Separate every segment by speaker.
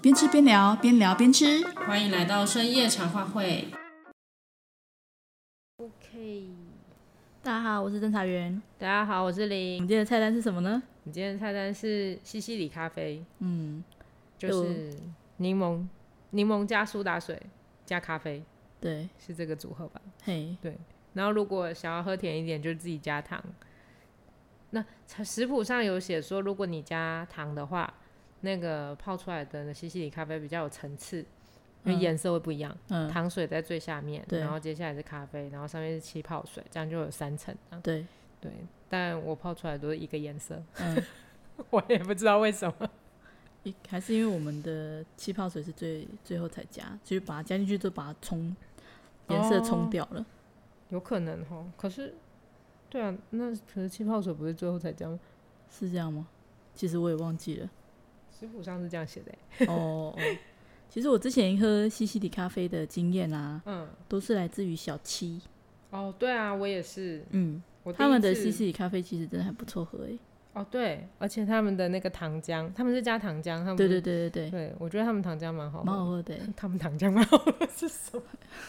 Speaker 1: 边吃边聊，边聊边吃。
Speaker 2: 欢迎来到深夜茶话会。
Speaker 3: OK，
Speaker 4: 大家好，我是侦查员。
Speaker 3: 大家好，我是
Speaker 4: 我们
Speaker 3: 林。
Speaker 4: 今天的菜单是什么呢？
Speaker 3: 你今天的菜单是西西里咖啡，
Speaker 4: 嗯，
Speaker 3: 就是柠檬、柠檬加苏打水加咖啡，
Speaker 4: 对，
Speaker 3: 是这个组合吧？
Speaker 4: 嘿，
Speaker 3: 然后如果想要喝甜一点，就自己加糖。那食谱上有写说，如果你加糖的话，那个泡出来的西西里咖啡比较有层次，因为
Speaker 4: 嗯
Speaker 3: 颜色会不一样。
Speaker 4: 嗯，
Speaker 3: 糖水在最下面，
Speaker 4: 对
Speaker 3: 然后接下来是咖啡，然后上面是气泡水，这样就有三层这样。
Speaker 4: 对，
Speaker 3: 对，但我泡出来都是一个颜色，
Speaker 4: 嗯，
Speaker 3: 我也不知道为什么。
Speaker 4: 一 还是因为我们的气泡水是最最后才加，所以把它加进去就把它冲颜色冲掉了。
Speaker 3: 有可能哦，可是，对啊，那可是气泡水不是最后才加吗？
Speaker 4: 是这样吗？其实我也忘记 了。
Speaker 3: 食谱上是这样写的欸。
Speaker 4: 哦哦，其实我之前喝西西里咖啡的经验啊，
Speaker 3: 嗯，
Speaker 4: 都是来自于小七。
Speaker 3: 哦，对啊，我也是。
Speaker 4: 嗯，
Speaker 3: 我第
Speaker 4: 他们
Speaker 3: 一
Speaker 4: 的
Speaker 3: 次
Speaker 4: 西西里咖啡其实真的还不错喝欸诶。
Speaker 3: 哦，对，而且他们的那个糖浆，他们是加糖浆，他们
Speaker 4: 对对对
Speaker 3: 对
Speaker 4: 对对，
Speaker 3: 对，我觉得他们糖浆蛮 好喝
Speaker 4: 蛮好
Speaker 3: 的。
Speaker 4: 喝的欸诶。
Speaker 3: 他们糖浆蛮好喝的是什么？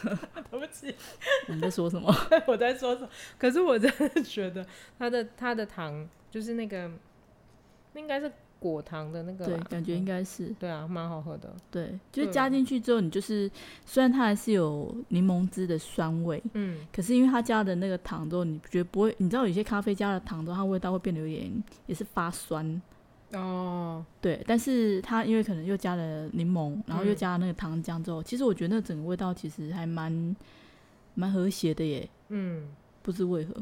Speaker 3: 对不起，
Speaker 4: 你在说什么？
Speaker 3: 我在说什么？可是我真的觉得它的它的糖就是那个，那应该是果糖的那个
Speaker 4: 对，
Speaker 3: 吧，
Speaker 4: 感觉应该是。
Speaker 3: 对啊，蛮好喝的。
Speaker 4: 对，就是
Speaker 3: 对
Speaker 4: 加进去之后，你就是虽然它还是有柠檬汁的酸味，
Speaker 3: 嗯，
Speaker 4: 可是因为它加的那个糖之后，你觉得不会？你知道有些咖啡加了糖之后，它味道会变得有点也是发酸。
Speaker 3: 哦，
Speaker 4: 对，但是它因为可能又加了柠檬，然后又
Speaker 3: 嗯
Speaker 4: 加了那个糖浆之后，其实我觉得那整个味道其实还蛮蛮和谐的耶，
Speaker 3: 嗯，
Speaker 4: 不知为何。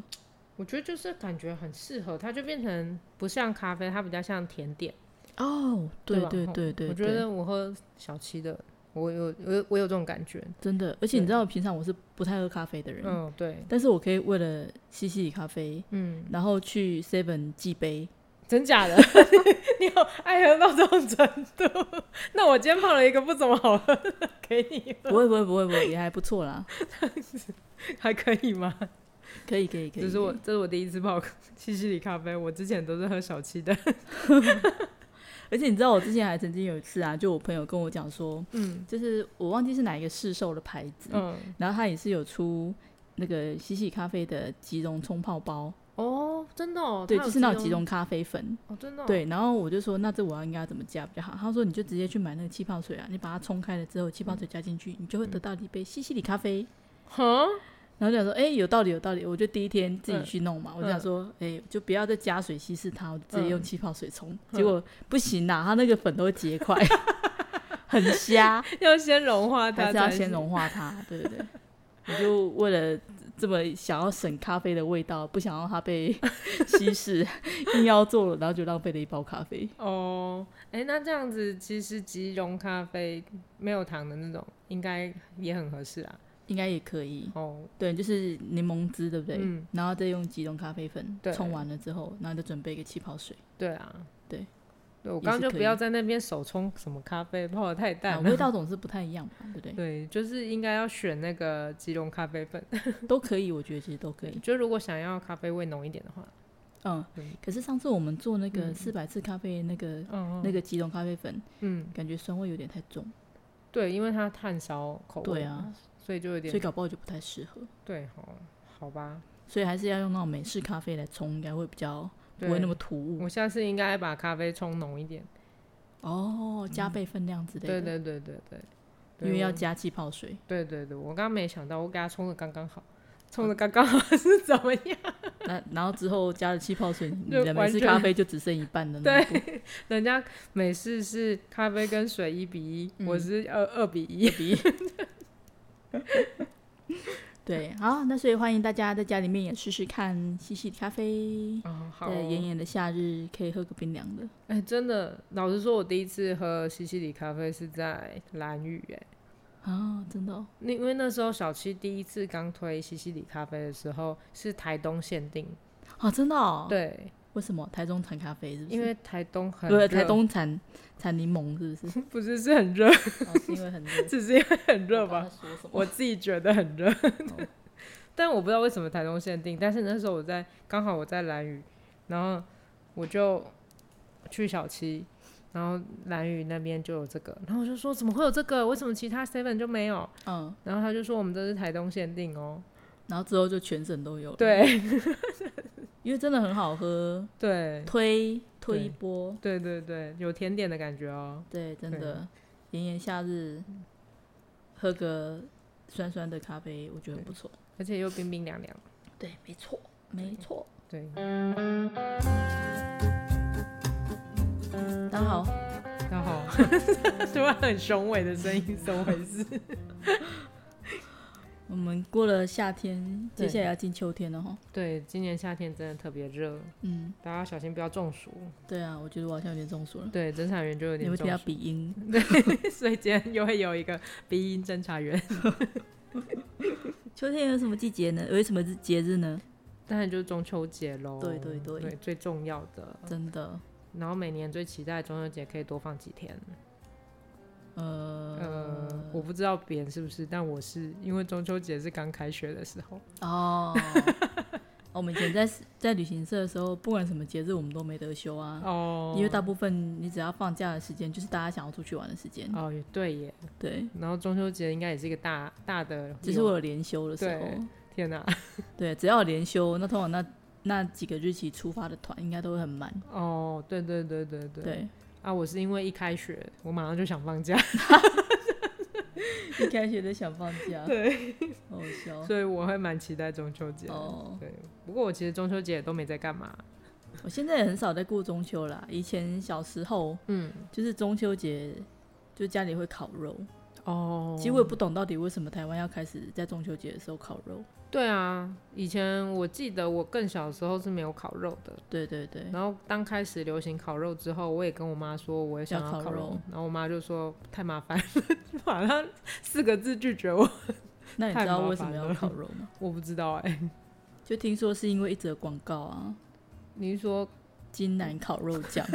Speaker 3: 我觉得就是感觉很适合，它就变成不像咖啡，它比较像甜点。
Speaker 4: 哦，对
Speaker 3: 吧
Speaker 4: 对
Speaker 3: 吼
Speaker 4: 对对，
Speaker 3: 我觉
Speaker 4: 对
Speaker 3: 得我喝小七的，我有我有我有这种感觉。
Speaker 4: 真的，而且你
Speaker 3: 对
Speaker 4: 知道，平常我是不太喝咖啡的人，
Speaker 3: 嗯，对，
Speaker 4: 但是我可以为了西西里咖啡，
Speaker 3: 嗯，
Speaker 4: 然后去 Seven 寄杯。
Speaker 3: 真假的， 你好爱喝到这种程度。 那我今天泡了一个不怎么好喝的 给你，
Speaker 4: 不会不会不会不会，也还不错啦，
Speaker 3: 还可以吗？
Speaker 4: 可以可以可以。
Speaker 3: 这是我
Speaker 4: 可以
Speaker 3: 这是我第一次泡西西里咖啡，我之前都是喝小七的。
Speaker 4: 而且你知道我之前还曾经有一次啊，就我朋友跟我讲说，
Speaker 3: 嗯
Speaker 4: 就是我忘记是哪一个市售的牌子，
Speaker 3: 嗯，
Speaker 4: 然后它也是有出那个西西里咖啡的即溶冲泡包，
Speaker 3: 哦，真的哦，
Speaker 4: 对，
Speaker 3: 它有
Speaker 4: 就是那种即溶咖啡粉，
Speaker 3: 哦，真的、哦、，
Speaker 4: 对。然后我就说，那这我要应该怎么加比较好？他说你就直接去买那个气泡水啊，你把它冲开了之后，气泡水加进去，你就会
Speaker 3: 嗯
Speaker 4: 得到一杯西西里咖啡。
Speaker 3: 哈，
Speaker 4: 然后就想说，哎、有道理，有道理。我就第一天自己
Speaker 3: 嗯
Speaker 4: 去弄嘛，我就想说，哎、就不要再加水稀释它，我就直接用
Speaker 3: 嗯
Speaker 4: 气泡水冲。
Speaker 3: 嗯
Speaker 4: 结果不行啦，它那个粉都会结块， 很 瞎，
Speaker 3: 要先融化它，
Speaker 4: 还是要先。融化它。对对对，我就为了这么想要省咖啡的味道，不想让它被 稀释，硬要做了，然后就浪费了一包咖啡。
Speaker 3: 哦，哎、那这样子其实即溶咖啡没有糖的那种，应该也很合适啊。
Speaker 4: 应该也可以，
Speaker 3: 哦，
Speaker 4: 对，就是柠檬汁，对不对？
Speaker 3: 嗯
Speaker 4: 然后再用即溶咖啡粉
Speaker 3: 对
Speaker 4: 冲完了之后，然后再准备一个气泡水。
Speaker 3: 对啊，
Speaker 4: 对，
Speaker 3: 对我
Speaker 4: 也
Speaker 3: 刚刚
Speaker 4: 是
Speaker 3: 就
Speaker 4: 可
Speaker 3: 不要
Speaker 4: 以
Speaker 3: 在那边手冲什么咖啡，泡的太
Speaker 4: 啊
Speaker 3: 淡了。
Speaker 4: 味道总是不太一样嘛，对不对？
Speaker 3: 对，就是应该要选那个即溶咖啡粉。
Speaker 4: 都可以，我觉得其实都可
Speaker 3: 对
Speaker 4: 以，。
Speaker 3: 就如果想要咖啡味浓一点的话，
Speaker 4: 嗯
Speaker 3: 嗯，
Speaker 4: 可是上次我们做那个
Speaker 3: 嗯
Speaker 4: 四百次咖啡那个、
Speaker 3: 嗯，
Speaker 4: 那个即溶咖啡粉，
Speaker 3: 嗯，
Speaker 4: 感觉酸味有点太重，
Speaker 3: 对，因为它炭烧口味，
Speaker 4: 对啊，
Speaker 3: 所以就有点
Speaker 4: 所以搞不好就不太适合。
Speaker 3: 对哦，好吧，
Speaker 4: 所以还是要用那种美式咖啡来冲，应该会比较不
Speaker 3: 对嗯
Speaker 4: 会那么突兀
Speaker 3: 我下次应该把咖啡冲浓一点。
Speaker 4: 哦，加倍分量之类
Speaker 3: 嗯对
Speaker 4: 的，
Speaker 3: 对对对对，对
Speaker 4: 因为
Speaker 3: 我
Speaker 4: 要加气泡水。
Speaker 3: 对对对，我刚刚没想到，我给它冲的刚刚好，
Speaker 4: 哦
Speaker 3: 冲的刚刚好是怎么样？
Speaker 4: 那然后之后加了气泡水，你
Speaker 3: 就
Speaker 4: 的美
Speaker 3: 完
Speaker 4: 式
Speaker 3: 全
Speaker 4: 咖啡就只剩一半的那一步，
Speaker 3: 人家美式是咖啡跟水一比一、我
Speaker 4: 嗯
Speaker 3: 是二二比一。
Speaker 4: 对，好，那所以欢迎大家在家里面也试试看西西里咖啡，
Speaker 3: 哦，好
Speaker 4: 在
Speaker 3: 哦
Speaker 4: 炎炎的夏日可以喝个冰凉的。
Speaker 3: 哎、真的，老实说，我第一次喝西西里咖啡是在蓝屿，哎，
Speaker 4: 啊，真的、哦，
Speaker 3: 那因为那时候小七第一次刚推西西里咖啡的时候是台东限定，
Speaker 4: 啊，真的、哦，，
Speaker 3: 对，
Speaker 4: 为什么台中产咖啡是不是？
Speaker 3: 因为台东很
Speaker 4: 不是
Speaker 3: 热，
Speaker 4: 台东产产柠檬是 不是？
Speaker 3: 不是是很热，
Speaker 4: 哦，是因为很热哦
Speaker 3: 只是因为很热
Speaker 4: 我，刚
Speaker 3: 吧
Speaker 4: 刚说什么？
Speaker 3: 我自己觉得很热，但我不知道为什么台东限定，但是那时候我在刚好我在兰屿，然后我就去小七，然后蓝宇那边就有这个，然后我就说怎么会有这个？为什么其他 seven 就没有？
Speaker 4: 嗯，
Speaker 3: 然后他就说我们这是台东限定哦。
Speaker 4: 然后之后就全省都有了，，
Speaker 3: 对
Speaker 4: 因为真的很好喝，
Speaker 3: 对
Speaker 4: 推推一
Speaker 3: 对
Speaker 4: 波，
Speaker 3: 对对对，有甜点的感觉哦。
Speaker 4: 对，真
Speaker 3: 对
Speaker 4: 的，炎炎夏日喝个酸酸的咖啡，我觉得很不错。
Speaker 3: 而且又冰冰凉凉。
Speaker 4: 对，没错，没错。
Speaker 3: 对，
Speaker 4: 大家好，
Speaker 3: 然后突然很雄伟的声音，怎么回事？
Speaker 4: 我们过了夏天，接
Speaker 3: 对
Speaker 4: 下来要进秋天了哈。
Speaker 3: 对，今年夏天真的特别热，
Speaker 4: 嗯，
Speaker 3: 大家小心不要中暑。
Speaker 4: 对啊，我觉得我好像有点中暑了。
Speaker 3: 对，侦查员就有
Speaker 4: 你
Speaker 3: 点
Speaker 4: 会
Speaker 3: 中
Speaker 4: 听到
Speaker 3: 暑，
Speaker 4: 鼻音，
Speaker 3: 所以今天又会有一个鼻音侦查员。
Speaker 4: 秋天有什么季节呢？有什么日节日呢？
Speaker 3: 当然就是中秋节喽，
Speaker 4: 对对对
Speaker 3: 对，最重要的。
Speaker 4: 真的，
Speaker 3: 然后每年最期待中秋节可以多放几天。
Speaker 4: 呃，
Speaker 3: 呃，我不知道别人是不是，但我是因为中秋节是刚开学的时候，
Speaker 4: 哦，我们以前在在旅行社的时候，不管什么节日，我们都没得休啊。
Speaker 3: 哦，
Speaker 4: 因为大部分你只要放假的时间，就是大家想要出去玩的时间。
Speaker 3: 哦也对耶，
Speaker 4: 对，
Speaker 3: 然后中秋节应该也是一个大大的，
Speaker 4: 只是我有连休的时候。
Speaker 3: 对天哪、
Speaker 4: 对，只要有连休，那通常那那几个日期出发的团应该都会很满。
Speaker 3: 哦，对对对对对，
Speaker 4: 对，
Speaker 3: 啊，我是因为一开学，我马上就想放假，
Speaker 4: 一开学就想放假，对，好笑。
Speaker 3: 所以我会蛮期待中秋节的。
Speaker 4: 哦，
Speaker 3: 对，不过我其实中秋节也都没在干嘛。
Speaker 4: 我现在也很少在过中秋啦。以前小时候
Speaker 3: 嗯，
Speaker 4: 就是中秋节，就家里会烤肉。
Speaker 3: 哦，
Speaker 4: 其实我也不懂到底为什么台湾要开始在中秋节的时候烤肉。
Speaker 3: 对啊，以前我记得我更小的时候是没有烤肉的，
Speaker 4: 对对对，
Speaker 3: 然后当开始流行烤肉之后，我也跟我妈说我也想
Speaker 4: 要
Speaker 3: 要
Speaker 4: 烤
Speaker 3: 烤
Speaker 4: 肉
Speaker 3: 然后我妈就说太麻烦了， 马上四个字拒绝我。
Speaker 4: 那你
Speaker 3: 太
Speaker 4: 知道
Speaker 3: 麻
Speaker 4: 为什
Speaker 3: 烦
Speaker 4: 么要
Speaker 3: 了
Speaker 4: 烤肉吗？
Speaker 3: 我不知道哎、
Speaker 4: 就听说是因为一则广告啊，
Speaker 3: 你是说
Speaker 4: 金南烤肉酱。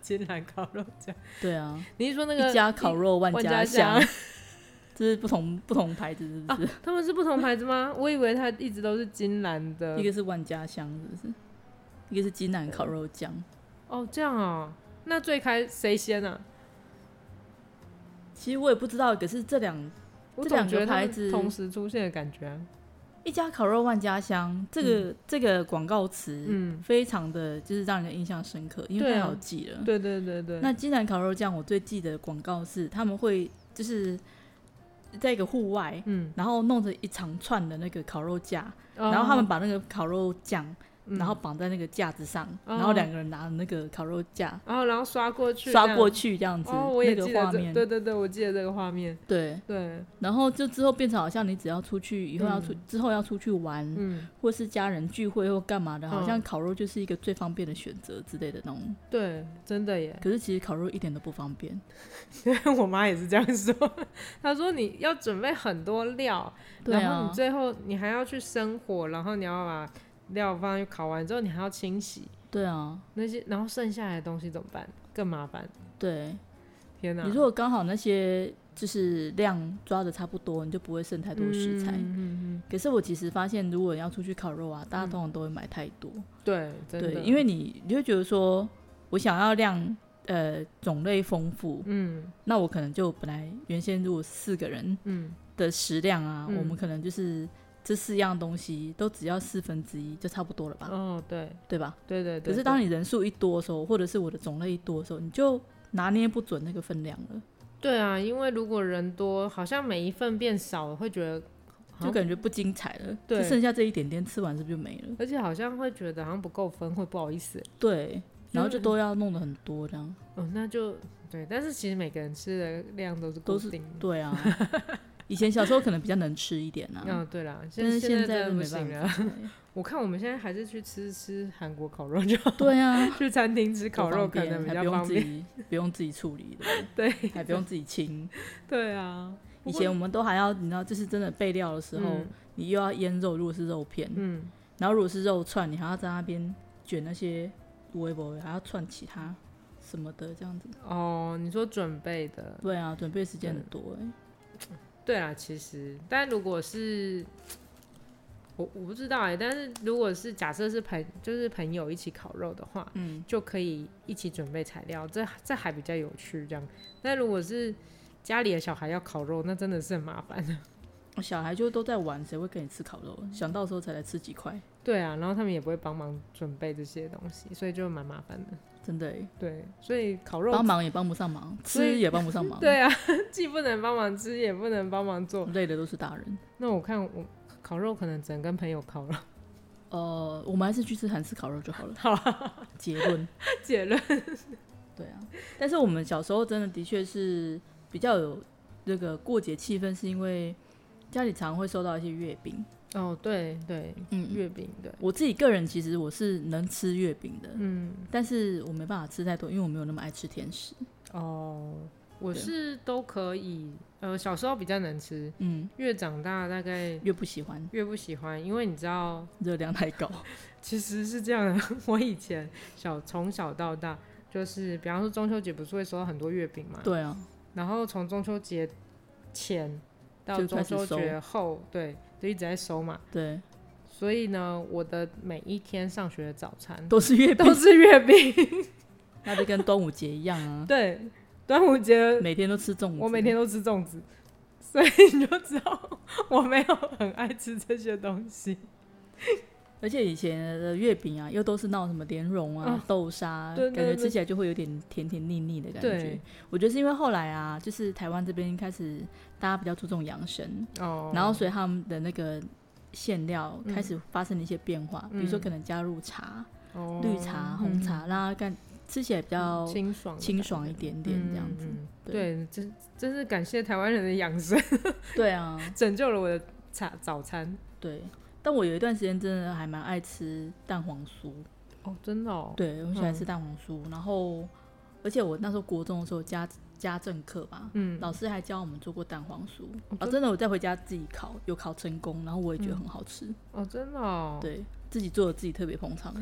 Speaker 3: 金兰烤肉酱？
Speaker 4: 对啊，
Speaker 3: 你是说那个
Speaker 4: 一家烤肉万
Speaker 3: 万
Speaker 4: 家
Speaker 3: 家
Speaker 4: 香
Speaker 3: 香，
Speaker 4: 这是不同不同牌子是不是？
Speaker 3: 他们是不同牌子吗？我以为它一直都是金兰的
Speaker 4: 一。个是万家香是不是？一个是金南烤肉酱，
Speaker 3: 哦，这样哦。那最开谁先啊？
Speaker 4: 其实我也不知道，可是这两
Speaker 3: 我
Speaker 4: 这
Speaker 3: 总
Speaker 4: 两个
Speaker 3: 觉得他
Speaker 4: 牌
Speaker 3: 们
Speaker 4: 子
Speaker 3: 同时出现的感觉啊、
Speaker 4: 一家烤肉万家香这个、这个广告词，
Speaker 3: 嗯
Speaker 4: 非常的就是让人印象深刻，因为
Speaker 3: 对
Speaker 4: 太
Speaker 3: 啊
Speaker 4: 好记了。
Speaker 3: 对对对对，
Speaker 4: 嗯那金南烤肉酱，我最记得广告是他们会就是在一个户外，
Speaker 3: 嗯，
Speaker 4: 然后弄着一长串的那个烤肉架，
Speaker 3: 哦
Speaker 4: 然后他们把那个烤肉酱，
Speaker 3: 嗯
Speaker 4: 然后绑在那个架子上，
Speaker 3: 哦
Speaker 4: 然后两个人拿着那个烤肉架
Speaker 3: 然哦后然后刷过去，
Speaker 4: 刷过
Speaker 3: 去。
Speaker 4: 去这样子，
Speaker 3: 哦，我
Speaker 4: 那
Speaker 3: 也
Speaker 4: 个
Speaker 3: 记得
Speaker 4: 画
Speaker 3: 这，
Speaker 4: 面，嗯
Speaker 3: 对对对，我记得这个画面。
Speaker 4: 对
Speaker 3: 对，
Speaker 4: 然后就之后变成好像你只要出去以后要出、
Speaker 3: 嗯
Speaker 4: 之后要出去玩，
Speaker 3: 嗯，
Speaker 4: 或是家人聚会或干嘛的，
Speaker 3: 嗯
Speaker 4: 好像烤肉就是一个最方便的选择之类的那种。
Speaker 3: 对，真的耶。
Speaker 4: 可是其实烤肉一点都不方便，
Speaker 3: 我妈也是这样说，她说你要准备很多料，
Speaker 4: 对
Speaker 3: 然后
Speaker 4: 啊
Speaker 3: 你，最后你还要去生火，然后你要把料放进去烤完之后，你还要清洗
Speaker 4: 对啊，
Speaker 3: 那些，然后剩下来的东西怎么办？更麻烦。
Speaker 4: 对。啊
Speaker 3: 天哪！
Speaker 4: 你如果刚好那些就是量抓的差不多，你就不会剩太多食材。
Speaker 3: 嗯嗯嗯
Speaker 4: 可是我其实发现，如果要出去烤肉啊，大家通常都会买太多，
Speaker 3: 嗯，对，真的，
Speaker 4: 对，因为你你会觉得说，我想要量呃种类丰富，
Speaker 3: 嗯
Speaker 4: 那我可能就本来原先如果四个人
Speaker 3: 嗯，
Speaker 4: 的食量啊，
Speaker 3: 嗯
Speaker 4: 我们可能就是这四样东西都只要四分之一就差不多了吧，
Speaker 3: 哦，对
Speaker 4: 对吧？
Speaker 3: 对对对。
Speaker 4: 可是
Speaker 3: 对
Speaker 4: 当你人数一多的时候，或者是我的种类一多的时候，你就拿捏不准那个分量了，
Speaker 3: 对啊，因为如果人多，好像每一份变少了，会觉得好
Speaker 4: 就
Speaker 3: 像
Speaker 4: 感觉不精彩了，
Speaker 3: 哦对
Speaker 4: 就剩下这一点点，吃完是不是就没了？
Speaker 3: 而且好像会觉得好像不够分，会不好意思。
Speaker 4: 对，然后就都要弄得很多这样。
Speaker 3: 哦，那就对，但是其实每个人吃的量都是
Speaker 4: 都
Speaker 3: 固
Speaker 4: 是
Speaker 3: 定的。
Speaker 4: 对啊，以前小时候可能比较能吃一点啊，
Speaker 3: 嗯、对啦，
Speaker 4: 但是
Speaker 3: 现在
Speaker 4: 现在
Speaker 3: 真的
Speaker 4: 就
Speaker 3: 不
Speaker 4: 没
Speaker 3: 行
Speaker 4: 办
Speaker 3: 了。
Speaker 4: 法。
Speaker 3: 我看我们现在还是去吃吃韩国烤肉就好，
Speaker 4: 对啊，
Speaker 3: 去餐厅吃 烤
Speaker 4: 多
Speaker 3: 肉可
Speaker 4: 方便
Speaker 3: 能比
Speaker 4: 还
Speaker 3: 较
Speaker 4: 不用
Speaker 3: 方
Speaker 4: 自
Speaker 3: 便。
Speaker 4: 己 不用自己处理的，
Speaker 3: 对，
Speaker 4: 还不用自己 清。
Speaker 3: 对啊，不
Speaker 4: 以
Speaker 3: 过
Speaker 4: 前我们都还要，你知道，就是真的备料的时候，
Speaker 3: 嗯
Speaker 4: 你又要腌肉，如果是肉片，
Speaker 3: 嗯，
Speaker 4: 然后如果是肉串，你还要在那边卷那些微博，还要串其他什么的，这样子。
Speaker 3: 哦，你说准备的，
Speaker 4: 对啊，准备时
Speaker 3: 嗯
Speaker 4: 间很多哎、
Speaker 3: 啊对啦，其实，但如果是我我不知道哎、但是如果是假设是朋就是朋友一起烤肉的话，
Speaker 4: 嗯，
Speaker 3: 就可以一起准备材料，这这还比较有趣这样。但如果是家里的小孩要烤肉，那真的是很麻烦。
Speaker 4: 小孩就都在玩，谁会跟你吃烤肉？想到时候才来吃几块，
Speaker 3: 对啊，然后他们也不会帮忙准备这些东西，所以就蛮麻烦的。
Speaker 4: 真的欸，
Speaker 3: 对，所以烤肉
Speaker 4: 帮忙也帮不上忙，
Speaker 3: 所以
Speaker 4: 吃也帮不 上忙，
Speaker 3: 对啊， 既不能帮忙吃，也不能帮忙做。
Speaker 4: 累的都是大人。
Speaker 3: 那我看我烤肉可能只能跟朋友烤 了。
Speaker 4: 呃，我们还是去吃韩式烤肉就好了。
Speaker 3: 好
Speaker 4: 结论，
Speaker 3: 结论
Speaker 4: 对啊。但是我们小时候真的的确是比较有那个过节气氛，是因为家里常会收到一些月饼。
Speaker 3: 哦，对对，
Speaker 4: 嗯，
Speaker 3: 月饼对，
Speaker 4: 我自己个人其实我是能吃月饼的，
Speaker 3: 嗯
Speaker 4: 但是我没办法吃太多，因为我没有那么爱吃甜食。
Speaker 3: 哦，我
Speaker 4: 对
Speaker 3: 是都可以。呃，小时候比较能吃，
Speaker 4: 嗯，
Speaker 3: 越长大大概
Speaker 4: 越不喜欢，
Speaker 3: 越不喜欢，因为你知道，
Speaker 4: 热量太高。
Speaker 3: 其实是这样的。 我以前小从小到大，就是比方说中秋节不是会收到很多月饼嘛，
Speaker 4: 对啊，
Speaker 3: 然后从中秋节前到
Speaker 4: 就
Speaker 3: 中
Speaker 4: 开始
Speaker 3: 秋
Speaker 4: 收
Speaker 3: 节后，对，就一直在收嘛。
Speaker 4: 对，
Speaker 3: 所以呢，我的每一天上学的早 餐
Speaker 4: 都是 月饼
Speaker 3: 都，是月饼。
Speaker 4: 那就跟端午节一样啊，
Speaker 3: 对，端午节
Speaker 4: 每天都吃粽子。
Speaker 3: 我每天都吃粽子，所以你就知道 我没有很爱吃这些东西。
Speaker 4: 而且以前的月饼啊，又都是那种什么莲蓉啊、
Speaker 3: 啊
Speaker 4: 豆沙，
Speaker 3: 对对
Speaker 4: 感觉
Speaker 3: 对
Speaker 4: 吃起来就会有点甜甜腻腻的感觉
Speaker 3: 对。
Speaker 4: 我觉得是因为后来啊，就是台湾这边开始大家比较注重养生，
Speaker 3: 哦
Speaker 4: 然后所以他们的那个馅料
Speaker 3: 嗯
Speaker 4: 开始发生了一些变化，比如说可能加入茶、
Speaker 3: 哦
Speaker 4: 绿
Speaker 3: 嗯
Speaker 4: 茶、红茶，让它干吃起来比较
Speaker 3: 清爽的
Speaker 4: 清
Speaker 3: 感
Speaker 4: 爽
Speaker 3: 觉
Speaker 4: 一点点这样子。
Speaker 3: 嗯嗯
Speaker 4: 对
Speaker 3: 对，真真是感谢台湾人的养生，
Speaker 4: 对啊，
Speaker 3: 拯救了我的茶早餐。
Speaker 4: 对。但我有一段时间真的还蛮爱吃蛋黄酥，
Speaker 3: 哦，真的哦，
Speaker 4: 对，我喜欢
Speaker 3: 嗯
Speaker 4: 吃蛋黄酥，然后而且我那时候国中的时候家家政课吧，
Speaker 3: 嗯，
Speaker 4: 老师还教我们做过蛋黄酥
Speaker 3: 哦
Speaker 4: 啊，真的我再回家自己烤，有烤成功，然后我也觉得很好吃，
Speaker 3: 哦，真的哦，
Speaker 4: 对自己做的自己特别捧 场，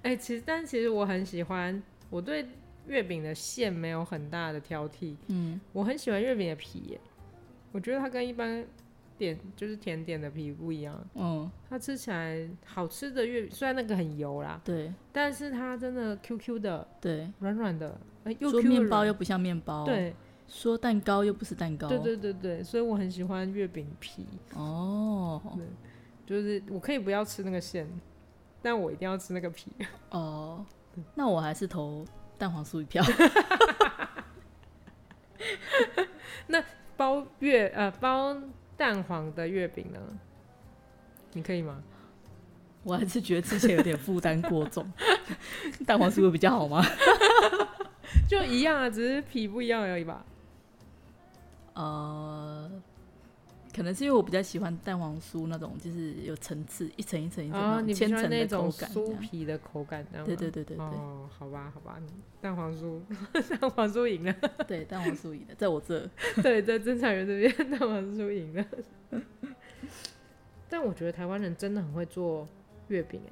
Speaker 3: 哎、其实但其实我很喜欢，我对月饼的馅没有很大的挑剔，
Speaker 4: 嗯，
Speaker 3: 我很喜欢月饼的皮耶，我觉得它跟一般点就是甜点的皮不一样，
Speaker 4: 嗯，
Speaker 3: 它吃起来好吃的月饼虽然那个很油啦，
Speaker 4: 对
Speaker 3: 但是它真的 Q Q 的，
Speaker 4: 对，
Speaker 3: 软软的，哎、又
Speaker 4: 说
Speaker 3: Q
Speaker 4: 面包
Speaker 3: 软
Speaker 4: 又哦不像面包，，
Speaker 3: 对
Speaker 4: 说蛋糕又不是蛋糕，
Speaker 3: 对对对对，所以我很喜欢月饼皮，
Speaker 4: 哦
Speaker 3: 就是我可以不要吃那个馅，但我一定要吃那个皮。
Speaker 4: 哦，那我还是投蛋黄酥一票，
Speaker 3: 包月呃包蛋黄的月饼呢？你可以吗？
Speaker 4: 我还是觉得之前有点负担过 重， 蛋黄酥会比较好吗？
Speaker 3: 就一样啊，只是皮不一样而已吧。
Speaker 4: 呃，可能是因为我比较喜欢蛋黄酥那种，就是有层次，一层一层一层
Speaker 3: 啊，
Speaker 4: 那种
Speaker 3: 你不
Speaker 4: 千
Speaker 3: 喜
Speaker 4: 层
Speaker 3: 欢
Speaker 4: 的
Speaker 3: 那
Speaker 4: 口
Speaker 3: 种
Speaker 4: 感这
Speaker 3: 酥
Speaker 4: 样。
Speaker 3: 皮的口感，这样吗
Speaker 4: 对对对对对、
Speaker 3: 哦，好吧，好吧，蛋黄酥， 蛋黄酥赢了。
Speaker 4: 对，蛋黄酥赢的，在我这
Speaker 3: 对，在正常人这边，蛋黄酥赢了。但我觉得台湾人真的很会做月饼哎、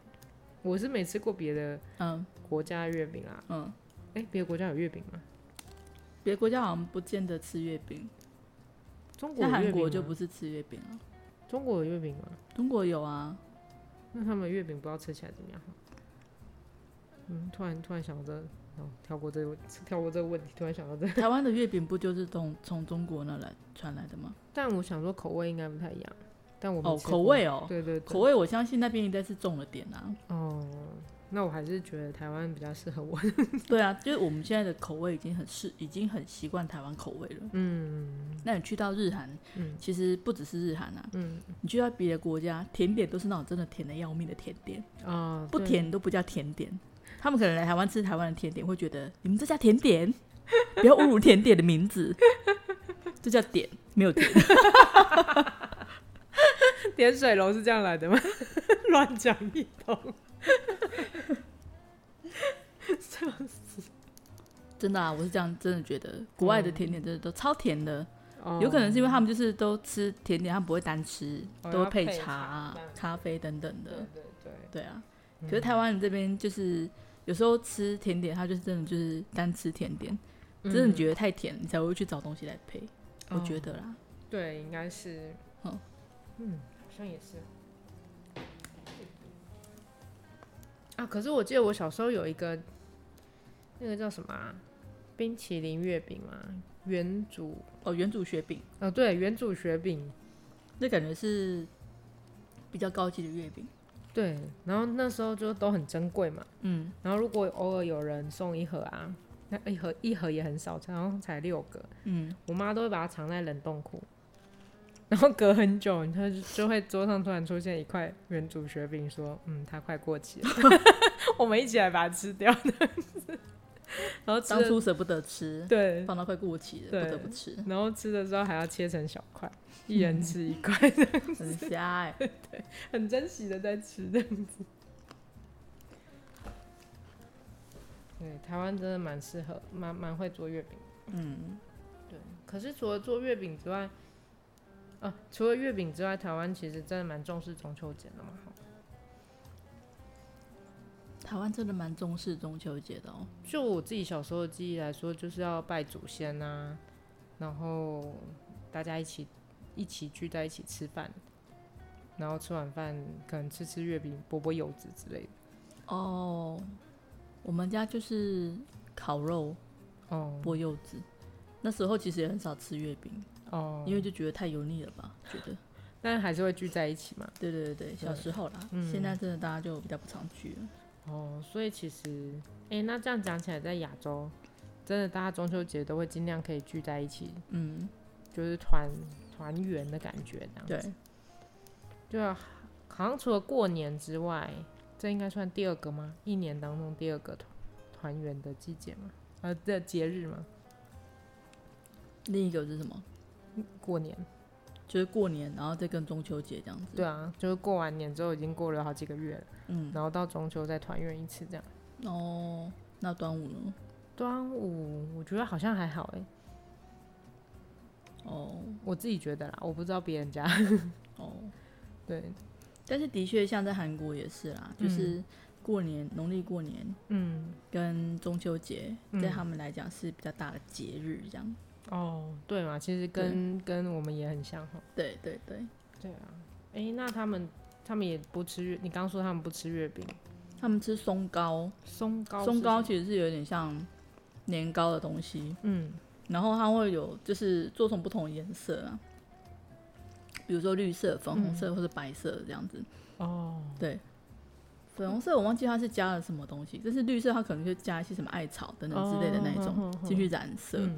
Speaker 3: 我是没吃过别的
Speaker 4: 嗯
Speaker 3: 国家的月饼啦。
Speaker 4: 嗯，
Speaker 3: 哎、别的国家有月饼吗？
Speaker 4: 别的国家好像不见得吃月饼，
Speaker 3: 中国
Speaker 4: 像
Speaker 3: 有
Speaker 4: 韩
Speaker 3: 月
Speaker 4: 国
Speaker 3: 饼
Speaker 4: 就
Speaker 3: 吗
Speaker 4: 不是吃月饼了，
Speaker 3: 中国有月饼吗？
Speaker 4: 中国有啊，
Speaker 3: 那他们月饼不知道吃起来怎么样？嗯，突然突然想到这，哦，跳过这个跳过这个问题，突然想到这个，
Speaker 4: 台湾的月饼不就是从从中国那来传来的吗？
Speaker 3: 但我想说口味应该不太一样，但我没
Speaker 4: 哦，
Speaker 3: 吃
Speaker 4: 口
Speaker 3: 过，
Speaker 4: 味哦，
Speaker 3: 对对对，
Speaker 4: 口味，我相信那边应该是重了点啊。
Speaker 3: 哦，那我还是觉得台湾比较适合我，
Speaker 4: 对啊，就是我们现在的口味已经很是已经很习惯台湾口味了。
Speaker 3: 嗯
Speaker 4: 那你去到日韩，
Speaker 3: 嗯
Speaker 4: 其实不只是日韩啊，
Speaker 3: 嗯
Speaker 4: 你去到别的国家，甜点都是那种真的甜的要命的甜点，
Speaker 3: 啊，
Speaker 4: 不
Speaker 3: 对，
Speaker 4: 甜都不叫甜点。他们可能来台湾吃台湾的甜点，会觉得你们这叫甜点， 不要侮辱甜点的名字，这叫点，没有点。
Speaker 3: 点水楼是这样来的吗？ 乱讲一通，
Speaker 4: 真的啊，我是这样真的觉得，国外的甜点真的都超甜的，
Speaker 3: 哦
Speaker 4: 有可能是因为他们就是都吃甜点，他们不会单吃，
Speaker 3: 哦
Speaker 4: 都
Speaker 3: 要
Speaker 4: 会配
Speaker 3: 配
Speaker 4: 茶
Speaker 3: 茶
Speaker 4: 啊
Speaker 3: 这样、子
Speaker 4: 咖啡等等
Speaker 3: 对
Speaker 4: 的。
Speaker 3: 对对，
Speaker 4: 对啊，可是台湾人这边就是有时候吃甜点，他就是真的就是单吃甜点，真的觉得太甜，你才会去找东西来配。我
Speaker 3: 哦
Speaker 4: 觉得啦，
Speaker 3: 对，应该是
Speaker 4: 嗯。
Speaker 3: 好像也是。啊，可是我记得我小时候有一个，那个叫什么、啊、冰淇淋月饼嘛，原主
Speaker 4: 哦，原主雪饼，
Speaker 3: 哦，对，原主雪饼，
Speaker 4: 那感觉是比较高级的月饼。
Speaker 3: 对，然后那时候就都很珍贵嘛，
Speaker 4: 嗯，
Speaker 3: 然后如果偶尔有人送一盒啊，那一盒一盒也很少，然后才六个，
Speaker 4: 嗯，
Speaker 3: 我妈都会把它藏在冷冻库，然后隔很久，她就就会桌上突然出现一块原主雪饼，说，嗯，它快 过期了，我们一起来把它吃掉的，然后吃
Speaker 4: 当
Speaker 3: 的
Speaker 4: 初舍不得吃，
Speaker 3: 对，
Speaker 4: 放到快过期了，
Speaker 3: 对
Speaker 4: 不得不吃，
Speaker 3: 然后吃的时候还要切成小块，一人
Speaker 4: 嗯
Speaker 3: 吃一块的，
Speaker 4: 很瞎哎、
Speaker 3: 很珍惜的在吃这样子。对，台湾真的蛮适合，蛮蛮会做月饼。
Speaker 4: 嗯，
Speaker 3: 对，可是除了做月饼之外，啊，除了月饼之外，台湾其实真的蛮重视中秋节的嘛。
Speaker 4: 台湾真的蛮重视中秋节的哦。
Speaker 3: 就我自己小时候的记忆来说，就是要拜祖先啊，然后大家一起一起聚在一起吃饭，然后吃完饭可能吃吃月饼、剥剥柚子之类的。
Speaker 4: 哦，我们家就是烤肉、
Speaker 3: 哦
Speaker 4: 剥柚子。那时候其实也很少吃月饼，
Speaker 3: 哦，
Speaker 4: 因为就觉得太油腻了吧？觉得，
Speaker 3: 但还是会聚在一起嘛。
Speaker 4: 对对对对，小时候啦，
Speaker 3: 嗯
Speaker 4: 现在真的大家就比较不常去了。
Speaker 3: 哦，所以其实，哎、那这样讲起来，在亚洲，真的大家中秋节都会尽量可以聚在一起，
Speaker 4: 嗯，
Speaker 3: 就是团团圆的感觉这样。
Speaker 4: 对，
Speaker 3: 对啊，好像除了过年之外，这应该算第二个吗？一年当中第二个团团圆的季节吗？呃，的节日吗？
Speaker 4: 另一个是什么？
Speaker 3: 过年。
Speaker 4: 就是过年，然后再跟中秋节这样子。
Speaker 3: 对，啊，就是过完年之后已经过了好几个月了，
Speaker 4: 嗯，
Speaker 3: 然后到中秋再团圆一次这样。
Speaker 4: 哦，那端午呢？
Speaker 3: 端午我觉得好像还好哎、
Speaker 4: 哦
Speaker 3: 我自己觉得啦，我不知道别人家。
Speaker 4: 哦，
Speaker 3: 对，
Speaker 4: 但是的确像在韩国也是啦，就是过年农历过年
Speaker 3: 嗯，
Speaker 4: 跟中秋节，
Speaker 3: 嗯
Speaker 4: 在他们来讲是比较大的节日，这样。
Speaker 3: 哦，对嘛，其实跟跟我们也很像哈。
Speaker 4: 对对对，
Speaker 3: 对啊，哎、那他们他们也不吃月，你刚说他们不吃月饼，
Speaker 4: 他们吃松糕，
Speaker 3: 松糕是
Speaker 4: 松糕
Speaker 3: 什么，
Speaker 4: 其实是有点像年糕的东西，
Speaker 3: 嗯，
Speaker 4: 然后它会有就是做成不同的颜色啊，比如说绿色、粉红色或者白色这样子。
Speaker 3: 嗯哦，
Speaker 4: 粉红色我忘记它是加了什么东西，但是绿色它可能就加一些什么艾草等等之类的那一
Speaker 3: 哦
Speaker 4: 种
Speaker 3: 哦哦
Speaker 4: 进去染色，
Speaker 3: 嗯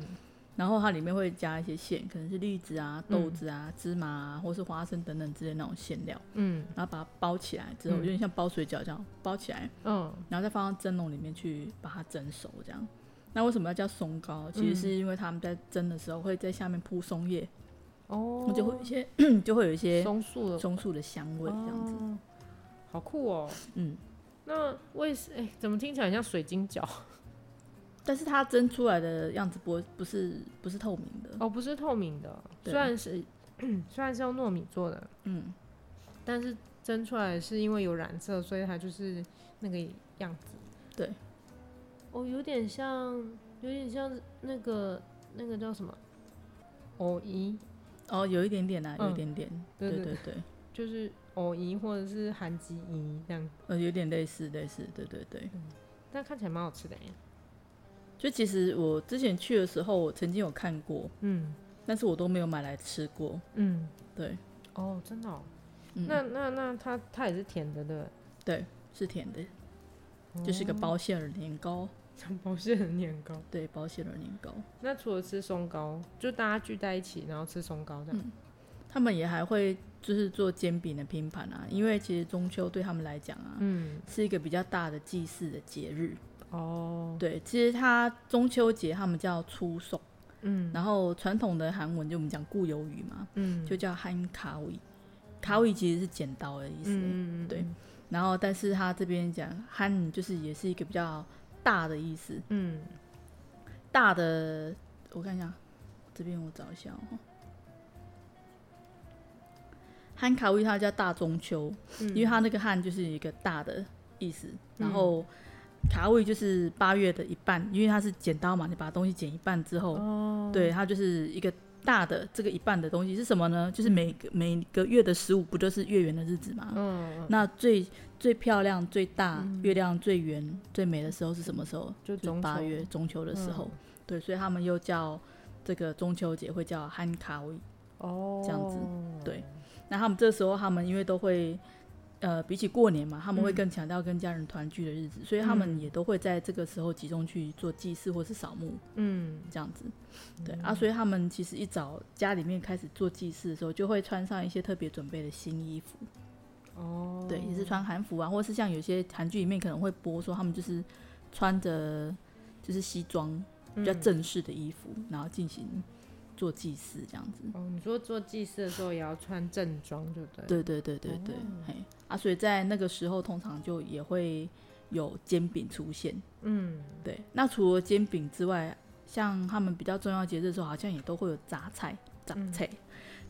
Speaker 4: 然后它里面会加一些馅，可能是栗子啊、
Speaker 3: 嗯
Speaker 4: 豆子啊、芝麻啊，或是花生等等之类的那种馅料，
Speaker 3: 嗯
Speaker 4: 然后把它包起来之后，
Speaker 3: 嗯
Speaker 4: 有点像包水饺这样包起来，
Speaker 3: 嗯
Speaker 4: 然后再放到蒸笼里面去把它蒸熟这样。那为什么要叫松糕？其
Speaker 3: 嗯
Speaker 4: 实是因为他们在蒸的时候会在下面铺松叶，
Speaker 3: 哦
Speaker 4: 那，就会有一些 就会有一些
Speaker 3: 松树的
Speaker 4: 松树的香味这样子。
Speaker 3: 哦好酷哦。
Speaker 4: 嗯，
Speaker 3: 那为什哎、怎么听起来很像水晶饺？
Speaker 4: 但是它蒸出来的样子不不是不是透明的，
Speaker 3: 哦，不是透明的，
Speaker 4: 对
Speaker 3: 虽然是 虽然是用糯米做的，
Speaker 4: 嗯，
Speaker 3: 但是蒸出来是因为有染色，所以它就是那个样子。
Speaker 4: 对，
Speaker 3: 哦，有点像，有点像那个那个叫什么？藕姨，
Speaker 4: 哦，有一点点啊，
Speaker 3: 嗯
Speaker 4: 有一点点，
Speaker 3: 对
Speaker 4: 对
Speaker 3: 对
Speaker 4: 对对，
Speaker 3: 就是藕姨或者是韩吉姨这样，
Speaker 4: 呃，有点类似类似，对对
Speaker 3: 嗯
Speaker 4: 对。
Speaker 3: 但看起来蛮好吃的耶。
Speaker 4: 就其实我之前去的时候，我曾经有看过，
Speaker 3: 嗯
Speaker 4: 但是我都没有买来吃过。
Speaker 3: 嗯，
Speaker 4: 对，
Speaker 3: 哦，真的、哦。
Speaker 4: 嗯
Speaker 3: 那那那它它也是甜的，对不对？
Speaker 4: 是甜的，就是个包馅儿年糕，
Speaker 3: 保鲜很年糕。
Speaker 4: 对，包馅儿年糕。
Speaker 3: 那除了吃松糕，就大家聚在一起，然后吃松糕这样。
Speaker 4: 他们也还会就是做煎饼的拼盘啊，因为其实中秋对他们来讲啊，
Speaker 3: 嗯，
Speaker 4: 是一个比较大的祭祀的节日。
Speaker 3: 哦，
Speaker 4: 对，其实它中秋节他们叫初送，
Speaker 3: 嗯
Speaker 4: 然后传统的韩文就我们讲固有语嘛，
Speaker 3: 嗯，
Speaker 4: 就叫汉卡尾，卡尾其实是剪刀的意思。
Speaker 3: 嗯嗯嗯
Speaker 4: 对然后，但是他这边讲汉就是也是一个比较大的意思，
Speaker 3: 嗯
Speaker 4: 大的我看一下，这边我找一下哦。汉卡威它叫大中秋，因为它那个汉就是一个大的意思，然后卡位就是哦八月的一半，因为它是剪刀嘛，你把东西剪一半之后，对，它就是一个大的这个一半的东西是什么呢？就是每个每个月的十五不就是月圆的日子吗？
Speaker 3: 嗯，
Speaker 4: 那最最漂亮、最大、月亮最圆、最美的时候是什么时候？就
Speaker 3: 就
Speaker 4: 是
Speaker 3: 嗯中
Speaker 4: 八
Speaker 3: 秋嗯
Speaker 4: 月中秋的时候。对，所以他们又叫这个中秋节会叫汉卡维。
Speaker 3: 哦，嗯
Speaker 4: 这样子那他们这时候他们因为都会。呃，比起过年嘛，他们会
Speaker 3: 嗯
Speaker 4: 更强调跟家人团聚的日子，所以他们也都会在这个时候集中去做祭祀或是扫墓
Speaker 3: 嗯，
Speaker 4: 这样子。对、啊，所以他们其实一早家里面开始做祭祀的时候，就会穿上一些特别准备的新衣服。
Speaker 3: 哦，
Speaker 4: 对，也是穿韩服啊，或是像有些韩剧里面可能会播说他们就是穿着就是西装比较
Speaker 3: 嗯
Speaker 4: 正式的衣服，然后进行做祭祀这样子。
Speaker 3: 哦，你说做祭祀的时候也要穿正装，对不对？哦
Speaker 4: 对对对对对，嘿啊，所以在那个时候通常就也会有煎饼出现。
Speaker 3: 嗯，
Speaker 4: 对，那除了煎饼之外，像他们比较重要节日的时候，好像也都会有杂菜，杂
Speaker 3: 嗯
Speaker 4: 菜。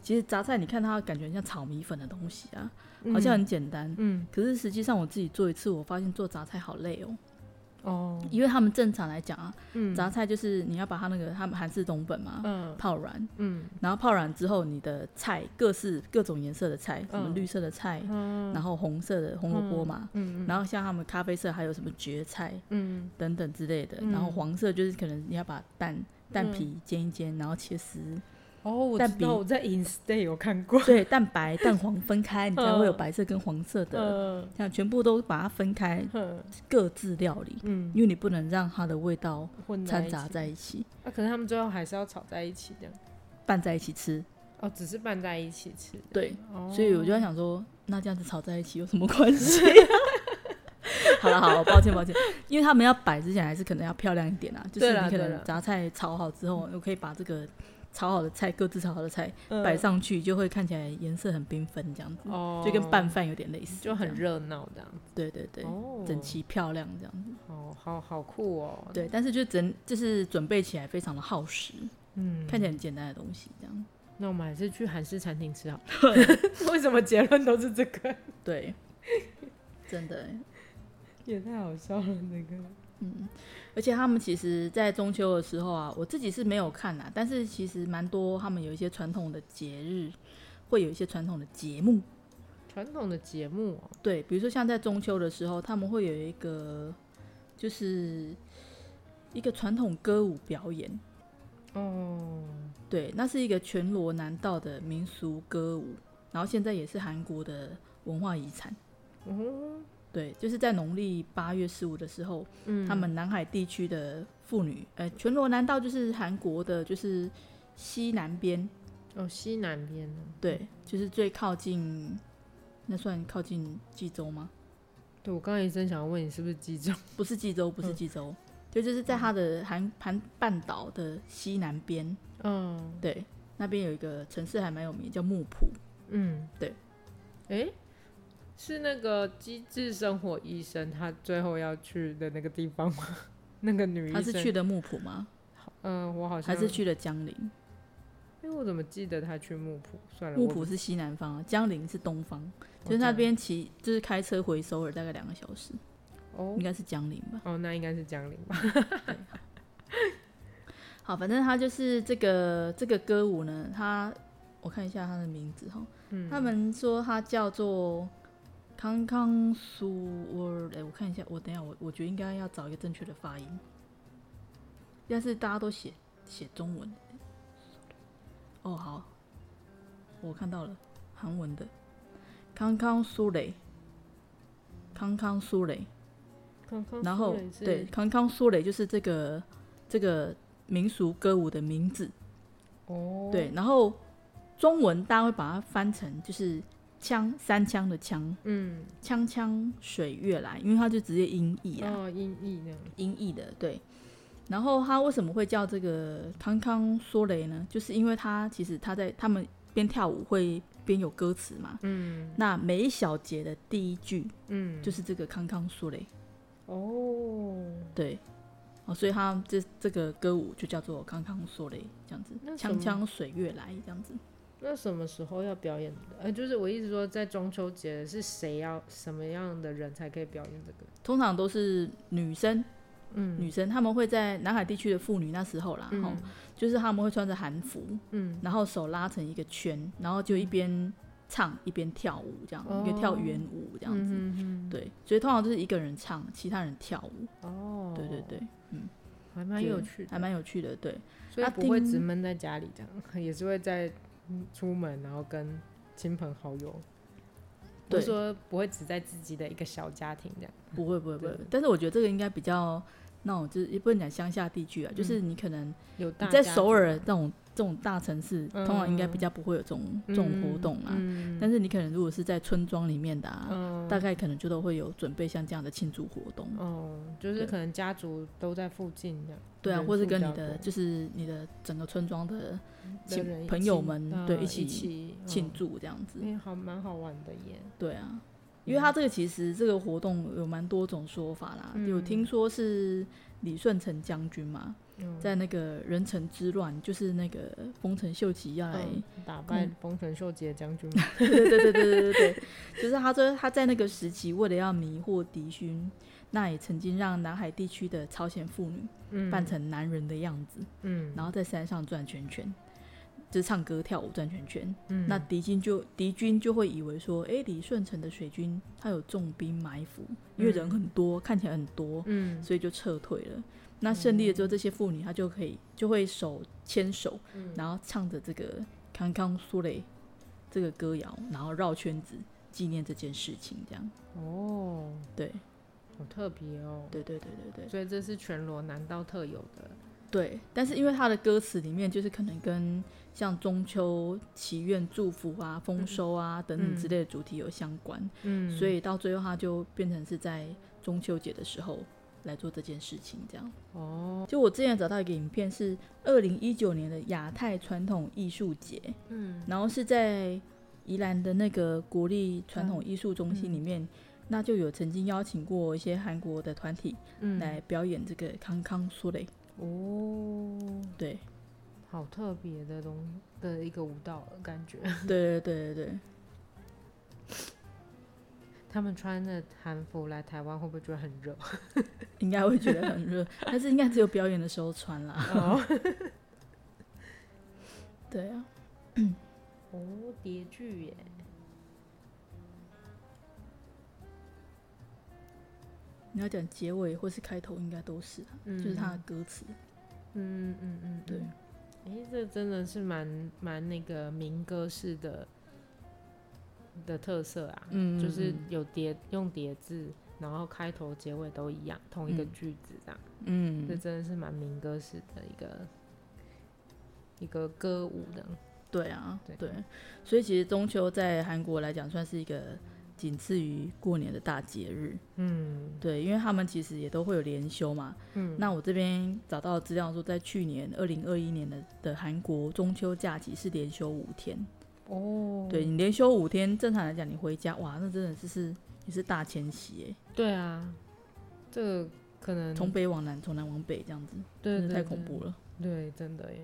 Speaker 4: 其实杂菜，你看它感觉很像炒米粉的东西啊，好像很简单。
Speaker 3: 嗯，
Speaker 4: 可是实际上我自己做一次，我发现做杂菜好累哦。
Speaker 3: 哦，
Speaker 4: 因为他们正常来讲啊，
Speaker 3: 嗯
Speaker 4: 杂菜就是你要把它那个他们韩式东本嘛，
Speaker 3: 嗯
Speaker 4: 泡软，
Speaker 3: 嗯
Speaker 4: 然后泡软之后，你的菜各式各种颜色的菜，什么
Speaker 3: 嗯
Speaker 4: 绿色的菜，
Speaker 3: 嗯
Speaker 4: 然后红色的红萝卜嘛，
Speaker 3: 嗯
Speaker 4: 然后像他们咖啡色还有什么蕨菜
Speaker 3: 嗯
Speaker 4: 等等之类的，
Speaker 3: 嗯
Speaker 4: 然后黄色就是可能你要把蛋。蛋
Speaker 3: 嗯
Speaker 4: 皮煎一煎，然后切丝，
Speaker 3: 哦，我
Speaker 4: 但
Speaker 3: 知道
Speaker 4: 比
Speaker 3: 我在 Instay 有看过，
Speaker 4: 对，蛋 白、蛋黄分开，你才会有
Speaker 3: 嗯
Speaker 4: 白色跟黄色的，
Speaker 3: 嗯
Speaker 4: 像全部都把它分开，
Speaker 3: 嗯
Speaker 4: 各自料理，
Speaker 3: 嗯，
Speaker 4: 因为你不能让它的味道
Speaker 3: 混
Speaker 4: 掺杂
Speaker 3: 一起
Speaker 4: 在一起，
Speaker 3: 啊，可能他们最后还是要炒在一起这样，
Speaker 4: 拌在一起吃，
Speaker 3: 哦，只是拌在一起吃，
Speaker 4: 对，
Speaker 3: 哦，
Speaker 4: 所以我就在想说，那这样子吵在一起有什么关系？ 好了，好了，抱歉，抱歉，因为他们要摆之前还是可能要漂亮一点啊，就是
Speaker 3: 对啦
Speaker 4: 你可
Speaker 3: 对啦
Speaker 4: 能杂菜炒好之后，我可以把这个炒好的菜，各自炒好的菜
Speaker 3: 嗯
Speaker 4: 摆上去，就会看起来颜色很缤纷，这样子，
Speaker 3: 哦，
Speaker 4: 就跟拌饭有点类似，
Speaker 3: 就很
Speaker 4: 这样，
Speaker 3: 热闹这样子，
Speaker 4: 对对对，
Speaker 3: 哦，
Speaker 4: 整，齐漂亮这样子，
Speaker 3: 哦，好好酷哦，，
Speaker 4: 对，但是就整就是准备起来非常的耗时，
Speaker 3: 嗯，
Speaker 4: 看起来很简单的东西这样，
Speaker 3: 那我们还是去韩式餐厅吃 好了，为什么结论都是这个？
Speaker 4: 对，真的欸、
Speaker 3: 也太好笑了，这个，
Speaker 4: 嗯而且他们其实，在中秋的时候啊，我自己是没有看啦，但是其实蛮多他们有一些传统的节日，会有一些传统的节目。
Speaker 3: 传统的节目哦，
Speaker 4: 对，比如说像在中秋的时候，他们会有一个就是一个传统歌舞表演。
Speaker 3: 哦，
Speaker 4: 对，那是一个全罗南道的民俗歌舞，然后现在也是韩国的文化遗产。
Speaker 3: 哦，
Speaker 4: 对，就是在农历八月十五的时候，
Speaker 3: 嗯，
Speaker 4: 他们南海地区的妇女，呃，全罗南道就是韩国的，就是西南边，
Speaker 3: 哦西南边呢，
Speaker 4: 对，就是最靠近，那算靠近济州吗？
Speaker 3: 对我刚才一直想问你是不是鸡中，
Speaker 4: 不是济州，不是
Speaker 3: 嗯
Speaker 4: 济州，就就是在它的韩韩半岛的西南边，
Speaker 3: 嗯
Speaker 4: 对，那边有一个城市还蛮有名，叫木浦，
Speaker 3: 嗯，
Speaker 4: 对，
Speaker 3: 诶，是那个《机智生活》医生他最后要去的那个地方吗？ 那个女医
Speaker 4: 他
Speaker 3: 生，
Speaker 4: 是去的木浦吗？
Speaker 3: 嗯、我好像
Speaker 4: 还是，去了江陵？
Speaker 3: 因为我怎么记得他去木浦？算了，
Speaker 4: 木
Speaker 3: 我
Speaker 4: 浦
Speaker 3: 不
Speaker 4: 是西南方啊，江陵是东方，
Speaker 3: 我
Speaker 4: 就是
Speaker 3: 这
Speaker 4: 那
Speaker 3: 样
Speaker 4: 边骑，就是开车回首尔大概两个小时，
Speaker 3: 哦
Speaker 4: 应该是江陵吧。
Speaker 3: 哦，那应该是江陵 吧？
Speaker 4: 好，反正他就是这个这个歌舞呢，他我看一下他的名字哈，
Speaker 3: 嗯
Speaker 4: 他们说他叫做康康苏我哎，我看一下，我等一下我我觉得应该要找一个正确的发音，但是大家都写写中文，哦好，我看到了韩文的康康苏雷，康康苏雷，
Speaker 3: 康康
Speaker 4: 然后
Speaker 3: 苏蕾是
Speaker 4: 对，康康苏雷就是这个这个民俗歌舞的名字。
Speaker 3: 哦，
Speaker 4: 对，，然后中文大家会把它翻成就是枪三枪的枪，
Speaker 3: 嗯，
Speaker 4: 枪枪水月来，因为它就直接音译啊，
Speaker 3: 哦，音译那样，
Speaker 4: 音译的对。然后它为什么会叫这个康康说雷呢？就是因为它其实它在他们边跳舞会边有歌词嘛。
Speaker 3: 嗯
Speaker 4: 那每一小节的第一句
Speaker 3: 嗯，
Speaker 4: 就是这个康康说雷，
Speaker 3: 哦，
Speaker 4: 对，哦，所以它这这个歌舞就叫做康康说雷这样子
Speaker 3: 那，什
Speaker 4: 枪
Speaker 3: 么
Speaker 4: 枪水月来这样子。
Speaker 3: 那什么时候要表演的？呃，就是我一直说，在中秋节是谁要什么样的人才可以表演这个？
Speaker 4: 通常都是女生，
Speaker 3: 嗯
Speaker 4: 女生，她们会在南海地区的妇女那时候啦，吼、
Speaker 3: 嗯
Speaker 4: 就是她们会穿着韩服，
Speaker 3: 嗯，
Speaker 4: 然后手拉成一个圈，然后就一边唱一边跳舞，这样、
Speaker 3: 哦
Speaker 4: 一个跳圆舞这
Speaker 3: 这
Speaker 4: 样子。
Speaker 3: 嗯嗯
Speaker 4: 对，所以通常都是一个人唱，其他人跳舞。
Speaker 3: 嗯哦，
Speaker 4: 对对，对，
Speaker 3: 还蛮
Speaker 4: 就
Speaker 3: 有趣的，
Speaker 4: 还蛮有趣的。对，
Speaker 3: 所以
Speaker 4: 啊
Speaker 3: 不会
Speaker 4: 听
Speaker 3: 只闷在家里这样， 也是会在嗯出门，然后跟亲朋好友。
Speaker 4: 对
Speaker 3: 就说不会只在自己的一个小家庭这样。
Speaker 4: 不会不会不会
Speaker 3: 对。
Speaker 4: 但是我觉得这个应该比较那种，就是也不能讲乡下地区啊，就是你可能
Speaker 3: 有嗯大
Speaker 4: 你在
Speaker 3: 家
Speaker 4: 首
Speaker 3: 族
Speaker 4: 尔这种这种大城市，通常应该比较不会有这种这种活动啊。
Speaker 3: 嗯
Speaker 4: 但是你可能如果是在村庄里面的啊，
Speaker 3: 嗯
Speaker 4: 大概可能就都会有准备像这样的庆祝活动。
Speaker 3: 哦，就是
Speaker 4: 对
Speaker 3: 可能家族都在附近这样。
Speaker 4: 对啊，
Speaker 3: 人
Speaker 4: 或是
Speaker 3: 数
Speaker 4: 跟
Speaker 3: 比
Speaker 4: 你
Speaker 3: 较
Speaker 4: 的
Speaker 3: 多
Speaker 4: 就是你的整个村庄的
Speaker 3: 的
Speaker 4: 亲
Speaker 3: 人一
Speaker 4: 朋友
Speaker 3: 起
Speaker 4: 们
Speaker 3: 啊
Speaker 4: 对
Speaker 3: 一
Speaker 4: 一起
Speaker 3: 起
Speaker 4: 庆
Speaker 3: 嗯
Speaker 4: 祝这样子。
Speaker 3: 哎，好蛮好玩的耶。
Speaker 4: 对
Speaker 3: 嗯
Speaker 4: 啊，因为它这个其实这个活动有蛮多种说法啦，有听说是李舜臣将军嘛，
Speaker 3: 嗯
Speaker 4: 在那个仁城之乱，就是那个丰臣秀吉要来，
Speaker 3: 嗯打败丰臣秀吉的 将军嘛
Speaker 4: 对 对对对对对对对，就是他说他在那个时期为了要迷惑敌军，那也曾经让南海地区的朝鲜妇女
Speaker 3: 嗯
Speaker 4: 扮成男人的样子，
Speaker 3: 嗯
Speaker 4: 然后在山上转圈圈。就是唱歌跳舞转圈圈，
Speaker 3: 嗯
Speaker 4: 那敌军就敌军就会以为说，诶，李舜臣的水军他有重兵埋伏，因为人很多，看起来很多，
Speaker 3: 嗯
Speaker 4: 所以就撤退了。那胜利了之后，这些妇女她就可以就会手牵手，
Speaker 3: 嗯
Speaker 4: 然后唱着这个《康康苏雷》这个歌谣，然后绕圈子纪念这件事情，这样。
Speaker 3: 哦，
Speaker 4: 对，
Speaker 3: 好特别哦。
Speaker 4: 对对对对对
Speaker 3: 所以这是全罗南道特有的。
Speaker 4: 对。但是因为它的歌词里面就是可能跟像中秋祈愿祝福啊、丰收啊等等之类的主题有相关，
Speaker 3: 嗯
Speaker 4: 所以到最后它就变成是在中秋节的时候来做这件事情，这样。
Speaker 3: 哦，
Speaker 4: 就我之前找到一个影片，是二零一九年的亚太传统艺术节，
Speaker 3: 嗯
Speaker 4: 然后是在宜兰的那个国立传
Speaker 3: 嗯
Speaker 4: 统艺术中心里面，那就有曾经邀请过一些韩国的团体
Speaker 3: 嗯，
Speaker 4: 来表演这个康康苏雷，
Speaker 3: 哦，
Speaker 4: 对
Speaker 3: 好特别的东的一个舞蹈感觉。
Speaker 4: 对对对对对，
Speaker 3: 他们穿着韩服来台湾会不会觉得很热？
Speaker 4: 应该会觉得很 热，但是应该只有表演的时候穿啦。 对啊，
Speaker 3: 哦，叠剧耶。
Speaker 4: 你要讲结尾或是开头，应该都是啊、
Speaker 3: 嗯
Speaker 4: 就是它的歌词。
Speaker 3: 嗯嗯嗯，
Speaker 4: 对
Speaker 3: 嗯。哎，这真的是蛮蛮那个民歌式的的特色啊，
Speaker 4: 嗯
Speaker 3: 就是有叠用叠字，然后开头结尾都一样，同一个
Speaker 4: 嗯
Speaker 3: 句子这样，
Speaker 4: 嗯
Speaker 3: 这真的是蛮民歌式的一个一个歌舞的。
Speaker 4: 对啊，
Speaker 3: 对
Speaker 4: 所以其实中秋在韩国来讲算是一个仅次于过年的大节日，
Speaker 3: 嗯
Speaker 4: 对，因为他们其实也都会有连休嘛。
Speaker 3: 嗯，
Speaker 4: 那我这边找到资料说，在去年二零二一年的的韩国中秋假期是连休五天，
Speaker 3: 哦，
Speaker 4: 对你连休五天，正常来讲你回家，哇，那真的是是也是大迁徙哎，
Speaker 3: 对啊，这个可能
Speaker 4: 从北往南，从南往北这样子，
Speaker 3: 嗯对
Speaker 4: 真
Speaker 3: 对
Speaker 4: 的太恐怖了。
Speaker 3: 对，对，真的耶。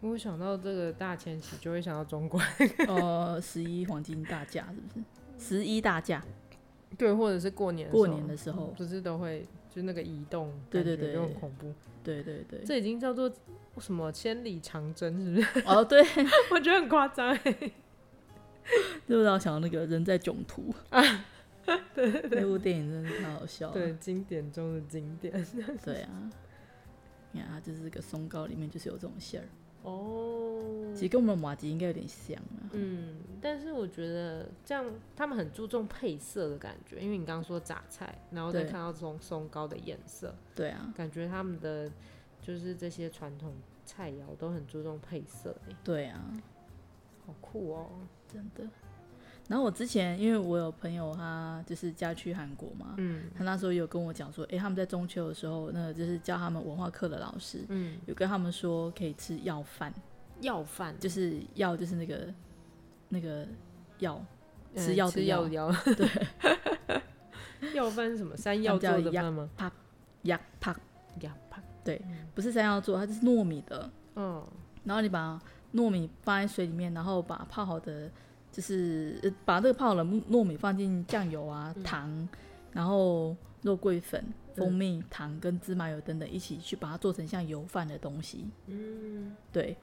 Speaker 3: 我想到这个大迁徙，就会想到中国，
Speaker 4: 呃，十一黄金大假是不是？十一大假，
Speaker 3: 对，或者是过年
Speaker 4: 过年的时候，
Speaker 3: 不是都会就那个移动，
Speaker 4: 对
Speaker 3: 感
Speaker 4: 对
Speaker 3: 觉
Speaker 4: 对
Speaker 3: 就很恐怖。
Speaker 4: 对对对，
Speaker 3: 这已经叫做什么千里长征， 是不是？
Speaker 4: 哦对，
Speaker 3: 我觉得很夸张耶。
Speaker 4: 又让我想到那个人在囧途 啊，对对对，那部电影真的是太好笑了。
Speaker 3: 对，经典中的经典。
Speaker 4: 对啊，你看它就是个松糕，里面就是有这种馅儿，
Speaker 3: 哦
Speaker 4: 其实跟我们马吉应该有点像啊。
Speaker 3: 嗯，但是我觉得这样他们很注重配色的感觉，因为你刚刚说榨菜，然后再
Speaker 4: 对
Speaker 3: 看到松松糕的颜色，
Speaker 4: 对啊，
Speaker 3: 感觉他们的就是这些传统菜肴都很注重配色，哎，
Speaker 4: 对啊，
Speaker 3: 好酷哦！
Speaker 4: 真的。然后我之前因为我有朋友他就是家去韩国嘛，
Speaker 3: 嗯
Speaker 4: 他那时候有跟我讲说，诶，哎他们在中秋的时候，那个就是教他们文化课的老师
Speaker 3: 嗯，
Speaker 4: 有跟他们说可以吃药饭，
Speaker 3: 药饭
Speaker 4: 就是药就是那个那个药，
Speaker 3: 嗯
Speaker 4: 吃药的
Speaker 3: 吃药的药，对， 药饭是什么？山药做的饭 吗？
Speaker 4: 呀啪，
Speaker 3: 呀啪，
Speaker 4: 不是山药做，它就是糯米的。
Speaker 3: 嗯
Speaker 4: 然后你把糯米放在水里面，然后把泡好的，就是呃把这个泡好的糯米放进酱油啊、糖，然后肉桂粉、蜂蜜、糖跟芝麻油等等一起去把它做成像油饭的东西。
Speaker 3: 嗯，
Speaker 4: 对，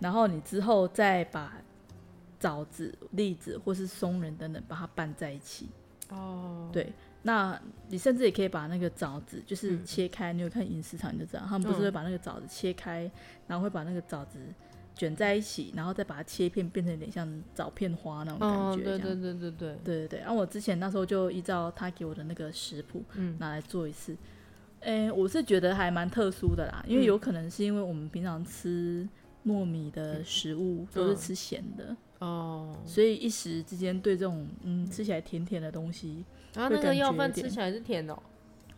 Speaker 4: 然后你之后再把枣子、栗子或是松仁等等把它拌在一起。
Speaker 3: 哦，
Speaker 4: 对，那你甚至也可以把那个枣子就是
Speaker 3: 嗯
Speaker 4: 切开，你有看饮食场你就知道，他们不是
Speaker 3: 嗯
Speaker 4: 会把那个枣子切开，然后会把那个枣子卷在一起，然后再把它切片，变成有点像枣片花那种感
Speaker 3: 哦，
Speaker 4: 觉这
Speaker 3: 对
Speaker 4: 样。
Speaker 3: 对对对对，
Speaker 4: 对对对，啊然、后我之前那时候就依照他给我的那个食谱，
Speaker 3: 嗯
Speaker 4: 拿来做一次。诶，我是觉得还蛮特殊的啦，因为
Speaker 3: 嗯
Speaker 4: 有可能是因为我们平常吃糯米的食物
Speaker 3: 嗯
Speaker 4: 都是吃咸的，
Speaker 3: 哦，
Speaker 4: 所以一时之间对这种嗯吃起来甜甜的东西
Speaker 3: 然后
Speaker 4: 会
Speaker 3: 啊那个
Speaker 4: 感
Speaker 3: 药
Speaker 4: 觉
Speaker 3: 饭
Speaker 4: 有
Speaker 3: 吃
Speaker 4: 点
Speaker 3: 起来是甜的哦、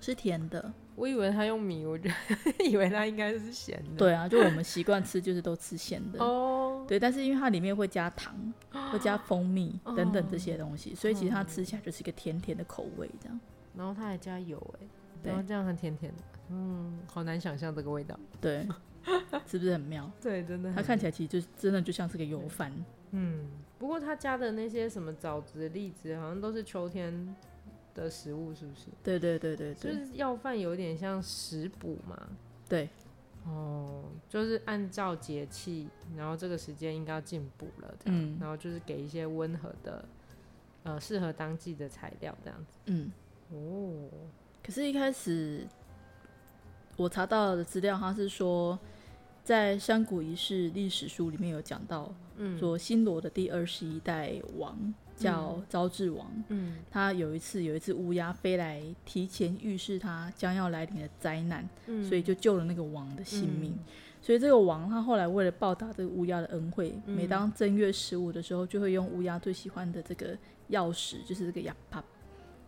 Speaker 4: 是甜的，
Speaker 3: 我以为他用米，我就 以为他应该是咸的。
Speaker 4: 对啊，就我们习惯吃就是都吃咸的，
Speaker 3: 哦，
Speaker 4: 对，但是因为它里面会加糖、会加蜂蜜
Speaker 3: 哦
Speaker 4: 等等这些东西，所以其实它
Speaker 3: 嗯
Speaker 4: 吃起来就是一个甜甜的口味这样。
Speaker 3: 然后他还加油哎、
Speaker 4: 对
Speaker 3: 然后这样很甜甜的，嗯，好难想象这个味道。
Speaker 4: 对，是不是很妙？
Speaker 3: 对，真的
Speaker 4: 它看起来其实就是真的就像是个油饭，
Speaker 3: 嗯，不过他加的那些什么枣子、栗子，好像都是秋天的食物，是不是？
Speaker 4: 对对对对
Speaker 3: 就
Speaker 4: 对
Speaker 3: 是要饭有点像食补嘛。
Speaker 4: 对，
Speaker 3: 哦，就是按照节气，然后这个时间应该要进补了，这样，
Speaker 4: 嗯
Speaker 3: 然后就是给一些温和的，呃，适合当季的材料这样子。
Speaker 4: 嗯。
Speaker 3: 哦，
Speaker 4: 可是，一开始我查到的资料，它是说，在山谷仪式历史书里面有讲到，
Speaker 3: 嗯
Speaker 4: 说新罗的第二十一代王叫昭智王，
Speaker 3: 嗯
Speaker 4: 他有一次有一只乌鸦飞来，提前预示他将要来临的灾难，
Speaker 3: 嗯
Speaker 4: 所以就救了那个王的性命。所以这个王他后来为了报答这个乌鸦的恩惠，
Speaker 3: 嗯
Speaker 4: 每当正月十五的时候，就会用乌鸦最喜欢的这个钥匙，就是这个牙帕，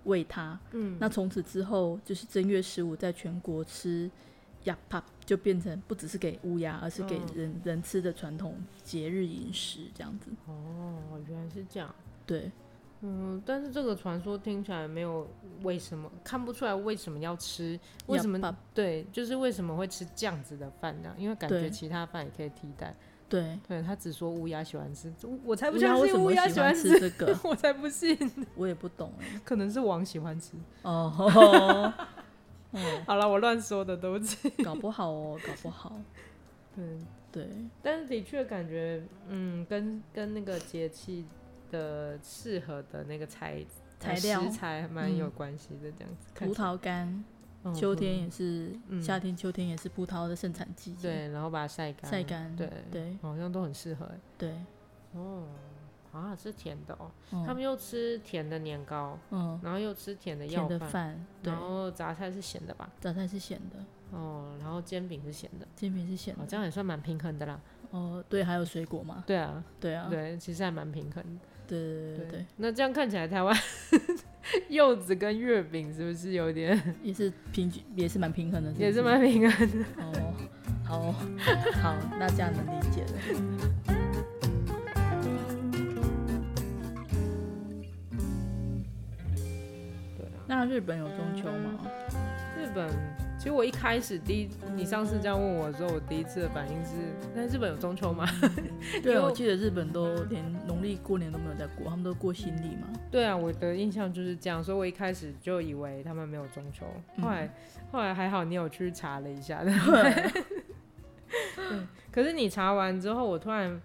Speaker 4: 喂它。
Speaker 3: 嗯
Speaker 4: 那从此之后，就是正月十五在全国吃牙帕，就变成不只是给乌鸦，而是给
Speaker 3: 嗯
Speaker 4: 人、人吃的传统节日饮食这样子。
Speaker 3: 哦，原来是这样。
Speaker 4: 对，
Speaker 3: 嗯，但是这个传说听起来没有为什么看不出来为什么要吃，为
Speaker 4: 鸭
Speaker 3: 什么
Speaker 4: 爸
Speaker 3: 对，就是为什么会吃这样子的饭呢？因为感觉
Speaker 4: 对
Speaker 3: 其他饭也可以替代。
Speaker 4: 对，
Speaker 3: 对他只说乌鸦喜欢吃，我我才不
Speaker 4: 乌
Speaker 3: 相
Speaker 4: 鸦为
Speaker 3: 信
Speaker 4: 什么
Speaker 3: 乌
Speaker 4: 会
Speaker 3: 鸦
Speaker 4: 喜
Speaker 3: 喜欢
Speaker 4: 吃
Speaker 3: 吃，
Speaker 4: 这个？
Speaker 3: 我才不信，
Speaker 4: 我也不懂 哎。
Speaker 3: 可能是王喜欢吃。
Speaker 4: 哦，哦，
Speaker 3: 好了，我乱说的，对不起。
Speaker 4: 搞不好哦，搞不好。
Speaker 3: 对，
Speaker 4: 对，
Speaker 3: 但是的确感觉，嗯，跟跟那个节气的适合的那个材呃
Speaker 4: 材料
Speaker 3: 食材还蛮
Speaker 4: 嗯
Speaker 3: 有关系的，这样子。看
Speaker 4: 葡
Speaker 3: 起来
Speaker 4: 萄干，
Speaker 3: 嗯
Speaker 4: 秋
Speaker 3: 葡
Speaker 4: 天
Speaker 3: 萄
Speaker 4: 也是，
Speaker 3: 嗯
Speaker 4: 夏天、秋天也是葡萄的盛产季节。
Speaker 3: 对，然后把它晒干，
Speaker 4: 晒干
Speaker 3: 对
Speaker 4: 对
Speaker 3: 好像都很适合欸。
Speaker 4: 对，
Speaker 3: 哦，啊，是甜的哦，
Speaker 4: 嗯
Speaker 3: 他们又吃甜的年糕，
Speaker 4: 嗯，
Speaker 3: 然后又吃甜的药
Speaker 4: 甜的
Speaker 3: 饭，
Speaker 4: 饭，对
Speaker 3: 然，后杂菜是咸的吧？
Speaker 4: 榨菜是咸的，
Speaker 3: 哦，然后煎饼是咸的，
Speaker 4: 煎饼是咸
Speaker 3: 哦，
Speaker 4: 的。
Speaker 3: 这样也算蛮平衡的啦。
Speaker 4: 哦，对，还有水果嘛？
Speaker 3: 对啊，
Speaker 4: 对啊，对
Speaker 3: 对，其实还蛮平衡的。
Speaker 4: 对对对
Speaker 3: 那这样看起来，台湾 柚子跟月饼是不是有点
Speaker 4: 对，也是平均，也是蛮平衡的，不
Speaker 3: 也是蛮平衡的？
Speaker 4: 哦，好哦好，那这样能理解了。
Speaker 3: 对啊，
Speaker 4: 那日本有中秋吗？
Speaker 3: 日本。其实我一开始第一，你上次这样问我的时候，我第一次的反应是，那日本有中秋吗？
Speaker 4: 对，啊
Speaker 3: 有
Speaker 4: 我记得日本都连农历过年都没有在过，他们都过新历嘛。
Speaker 3: 对啊，我的印象就是这样，所以我一开始就以为他们没有中秋，
Speaker 4: 嗯
Speaker 3: 后来、后来还好你有去查了一下，对 可是你查完之后，我突然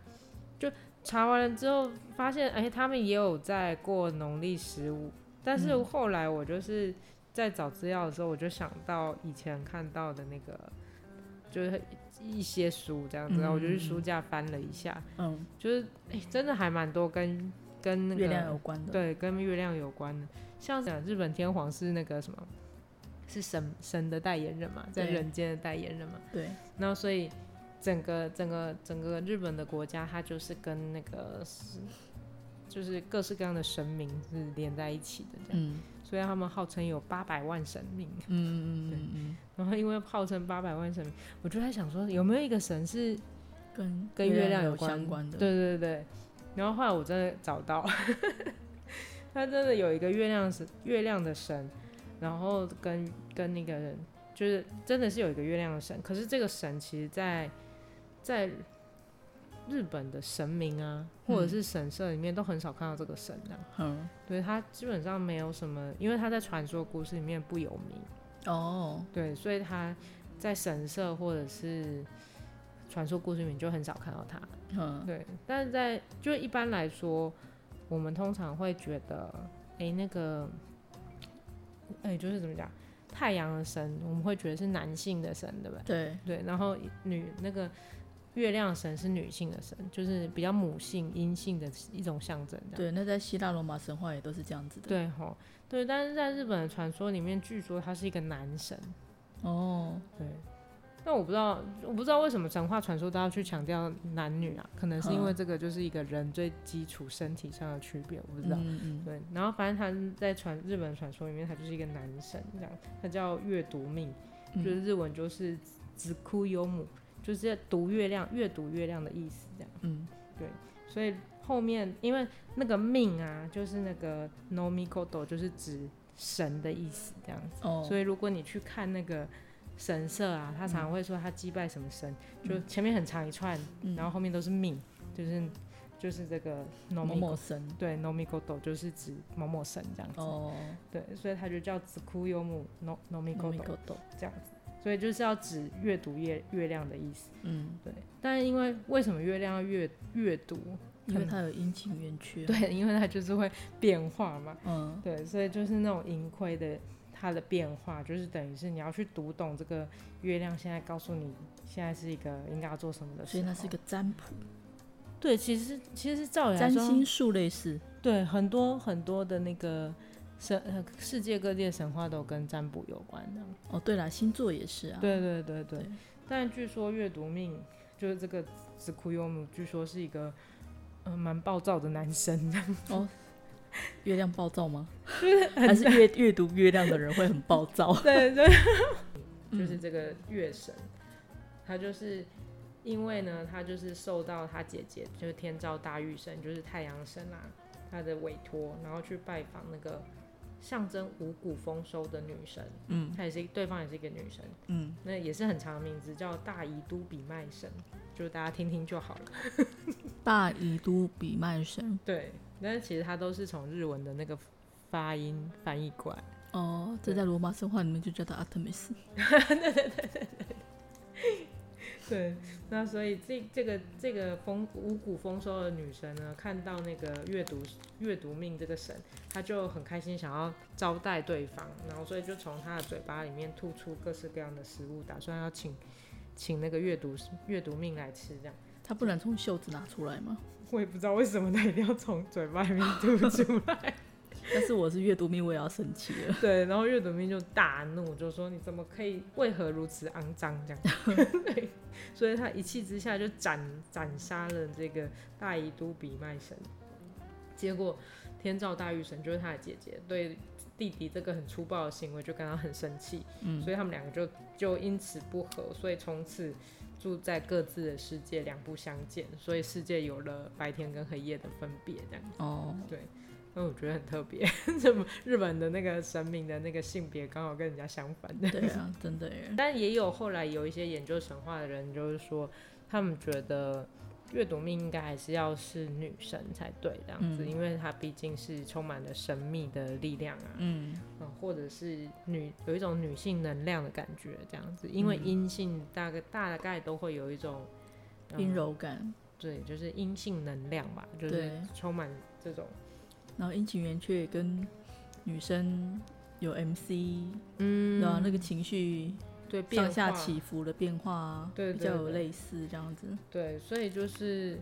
Speaker 3: 就查完了之后发现，哎、他们也有在过农历十五，但是
Speaker 4: 嗯
Speaker 3: 后来我就是在找资料的时候，我就想到以前看到的那个，就是一些书这样子，然后我就去书架翻了一下，
Speaker 4: 嗯，
Speaker 3: 就是哎、真的还蛮多跟跟那个
Speaker 4: 月亮有关的。
Speaker 3: 对，跟月亮有关的，像是日本天皇是那个什么，是神神的代言人嘛，在
Speaker 4: 对
Speaker 3: 人间的代言人嘛，
Speaker 4: 对
Speaker 3: 然后所以整个整个整个日本的国家，它就是跟那个是就是各式各样的神明是连在一起的这样，
Speaker 4: 嗯
Speaker 3: 所以他们号称有八百万神明，
Speaker 4: 嗯嗯嗯嗯，
Speaker 3: 然后因为号称八百万神明，我就在想说有没有一个神是
Speaker 4: 跟
Speaker 3: 跟月亮
Speaker 4: 有
Speaker 3: 关
Speaker 4: 相关的。
Speaker 3: 对对对，然后后来我真的找到， 他真的有一个月亮神，月亮的神，然后跟跟那个人，就是真的是有一个月亮的神，可是这个神其实在在日本的神明啊，或者
Speaker 4: 嗯
Speaker 3: 是神社里面都很少看到这个神的、
Speaker 4: 嗯
Speaker 3: 对他基本上没有什么，因为他在传说故事里面不有名，
Speaker 4: 哦，
Speaker 3: 对，所以他在神社或者是传说故事里面就很少看到他。
Speaker 4: 嗯，
Speaker 3: 对，但是在就一般来说，我们通常会觉得，哎、那个，哎、就是怎么讲，太阳的神，我们会觉得是男性的神，对不对？
Speaker 4: 对，
Speaker 3: 对，然后女那个月亮神是女性的神，就是比较母性、阴性的一种象征，这样。
Speaker 4: 对，那在希腊罗马神话也都是这样子的。
Speaker 3: 对吼，对，但是在日本的传说里面，据说他是一个男神，
Speaker 4: 哦，
Speaker 3: 对。但我不知道，我不知道为什么神话传说都要去强调男女啊？可能是因
Speaker 4: 嗯
Speaker 3: 为这个就是一个人最基础身体上的区别，我不知道。
Speaker 4: 嗯嗯，
Speaker 3: 对，然后反正他在传日本传说里面，他就是一个男神这样，他叫月读命，
Speaker 4: 嗯
Speaker 3: 就是日文就是子哭优母，就是读月亮、阅读月亮的意思这样。
Speaker 4: 嗯，
Speaker 3: 对，所以后面因为那个命啊，就是那个 nomikodo，就是指神的意思这样子。
Speaker 4: 哦，
Speaker 3: 所以如果你去看那个神社啊，他常常会说他祭拜什么神，就前面很长一串，
Speaker 4: 嗯
Speaker 3: 然后后面都是命，就是就是这个
Speaker 4: 某
Speaker 3: nomiko
Speaker 4: 某神，
Speaker 3: 对 n o m i k o d o 就是指某某神这样子。
Speaker 4: 哦，
Speaker 3: 对，所以它就叫 z k u y o m u no n o m i k
Speaker 4: 某
Speaker 3: o d
Speaker 4: 一
Speaker 3: o
Speaker 4: 个斗，
Speaker 3: 这样子。所以就是要指阅读月月亮的意思。
Speaker 4: 嗯，
Speaker 3: 对，但因为为什么月亮要阅阅读？
Speaker 4: 因为它有阴晴圆缺。，
Speaker 3: 对，因为它就是会变化嘛。
Speaker 4: 嗯，
Speaker 3: 对，所以就是那种盈亏的它的变化，就是等于是你要去读懂这个月亮现在告诉你现在是一个应该要做什么的时
Speaker 4: 所以它是一
Speaker 3: 候
Speaker 4: 个占卜，
Speaker 3: 对，其实其实照理来
Speaker 4: 占
Speaker 3: 说，
Speaker 4: 星术类似。
Speaker 3: 对，很多很多的那个神，呃世界各地的神话都跟占卜有关的。
Speaker 4: 哦，对啦，星座也是啊。，
Speaker 3: 对对对对
Speaker 4: 对。
Speaker 3: 但据说阅读命就是这个子库优姆，据说是一个呃蛮暴躁的男生，
Speaker 4: 月亮暴躁 吗？还是阅阅读月亮的人会很暴躁？
Speaker 3: 对对，
Speaker 4: 嗯
Speaker 3: 就是这个月神，他就是。因为呢，他就是受到他姐姐，就是天照大御神，就是太阳神啦、他的委托，然后去拜访那个象征五谷丰收的女神，
Speaker 4: 嗯
Speaker 3: 她也是对方也是一个女神，
Speaker 4: 嗯，
Speaker 3: 那也是很长的名字，叫大宜都比麦神，就大家听听就好了。
Speaker 4: 大宜都比卖神。
Speaker 3: 对，但是其实它都是从日文的那个发音翻译过来。
Speaker 4: 哦，这在罗马神话里面就叫他阿特米斯。
Speaker 3: 对，那所以这这个这个丰五谷丰收的女神呢，看到那个阅读阅读命这个神，她就很开心，想要招待对方，然后所以就从她的嘴巴里面吐出各式各样的食物，打算要请请那个阅读阅读命来吃这样。
Speaker 4: 他不能从袖子拿出来吗？
Speaker 3: 我也不知道为什么她一定要从嘴巴里面吐出来。
Speaker 4: 但是我是阅读迷，我也要生气了。
Speaker 3: 对，然后阅读兵就大怒，就说你怎么可以，为何如此肮脏这样？ 对，所以他一气之下就斩斩杀了这个大宜都比麦神。结果天照大御神就是他的姐姐，对弟弟这个很粗暴的行为就跟他很生气，
Speaker 4: 嗯
Speaker 3: 所以他们两个就就因此不和，所以从此住在各自的世界，两不相见，所以世界有了白天跟黑夜的分别这样。
Speaker 4: 哦，
Speaker 3: 那我觉得很特别， 日本日本的那个神明的那个性别刚好跟人家相反的。
Speaker 4: 对啊，真的耶。
Speaker 3: 但也有后来有一些研究神话的人，就是说他们觉得阅读命应该还是要是女神才对这样子，
Speaker 4: 嗯
Speaker 3: 因为它毕竟是充满了神秘的力量啊，
Speaker 4: 嗯，
Speaker 3: 嗯，或者是女有一种女性能量的感觉这样子，因
Speaker 4: 嗯
Speaker 3: 为阴性大概大概都会有一种嗯
Speaker 4: 阴柔感，
Speaker 3: 对，就是阴性能量吧，就是
Speaker 4: 对
Speaker 3: 充满这种
Speaker 4: 然后阴晴圆缺也跟女生有 MC，
Speaker 3: 嗯
Speaker 4: 对啊，那个情绪
Speaker 3: 对变
Speaker 4: 上下
Speaker 3: 化
Speaker 4: 起伏的变化啊，
Speaker 3: 对
Speaker 4: 比
Speaker 3: 对
Speaker 4: 较有
Speaker 3: 对
Speaker 4: 类似这样子。
Speaker 3: 对，所以就是，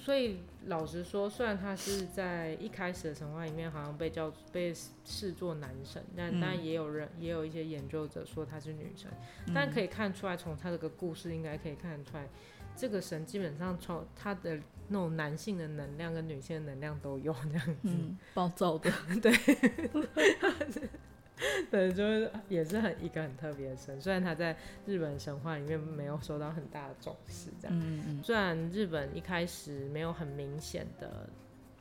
Speaker 3: 所以老实说，虽然他是在一开始的神话里面好像被叫被视作男神，但
Speaker 4: 嗯嗯
Speaker 3: 但也有人也有一些研究者说他是女神，但可以看出来，从他这个故事应该可以看得出来，这个神基本上从他的那种男性的能量跟女性的能量都有这样 子，
Speaker 4: 嗯，暴躁的，
Speaker 3: 对，就是也是很一个很特别的神，虽然他在日本神话里面没有受到很大的重视这样。
Speaker 4: 嗯嗯
Speaker 3: 虽然日本一开始没有很明显的，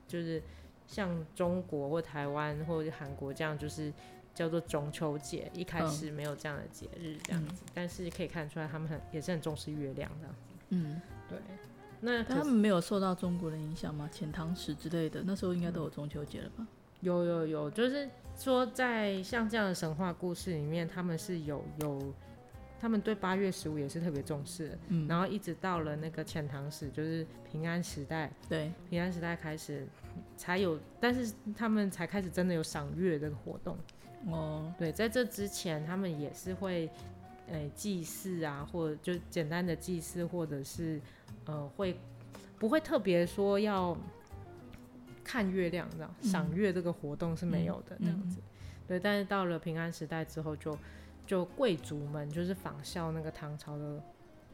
Speaker 3: 就是像中国或台湾或者韩国这样，就是叫做中秋节，一
Speaker 4: 嗯
Speaker 3: 开始没有这样的节日这样子，但是可以看出来他们很也是很重视月亮的。
Speaker 4: 嗯，
Speaker 3: 对，那
Speaker 4: 但
Speaker 3: 可
Speaker 4: 他
Speaker 3: 是
Speaker 4: 们没有受到中国的影响吗？遣唐使之类的，那时候应该都有中秋节了吧？
Speaker 3: 有有有，就是说在像这样的神话故事里面，他们是有有，他们对八月十五也是特别重视的。
Speaker 4: 嗯
Speaker 3: 然后一直到了那个遣唐使，就是平安时代，
Speaker 4: 对，
Speaker 3: 平安时代开始才有，但是他们才开始真的有赏月这个活动。
Speaker 4: 哦，
Speaker 3: 对，在这之前，他们也是会，呃、祭祀啊，或者就简单的祭祀，或者是呃，会不会特别说要看月亮这样，
Speaker 4: 嗯
Speaker 3: 赏月这个活动是没有的那样子。对，但是到了平安时代之后就，就贵族们就是仿效那个唐朝的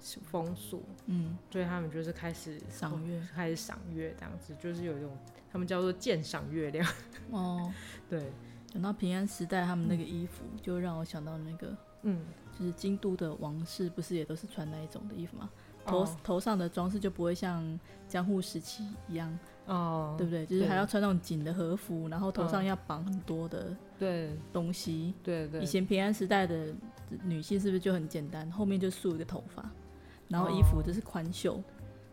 Speaker 3: 风俗，
Speaker 4: 嗯，
Speaker 3: 所以他们就是开始
Speaker 4: 赏月，
Speaker 3: 开始赏月这样子，就是有一种他们叫做鉴赏月亮。
Speaker 4: 哦，
Speaker 3: 对，
Speaker 4: 讲到平安时代，他们那个衣服就让我想到那个，
Speaker 3: 嗯，
Speaker 4: 就是京都的王室不是也都是穿那一种的衣服吗？头、
Speaker 3: 哦
Speaker 4: 头上的装饰就不会像江户时期一样，
Speaker 3: 哦，
Speaker 4: 对不对？就是
Speaker 3: 对
Speaker 4: 还要穿那种紧的和服，然后头上
Speaker 3: 嗯
Speaker 4: 要绑很多的
Speaker 3: 对
Speaker 4: 东西。
Speaker 3: 对对，
Speaker 4: 以前平安时代的女性是不是就很简单？后面就束一个头发，然后衣服
Speaker 3: 哦
Speaker 4: 就是宽袖。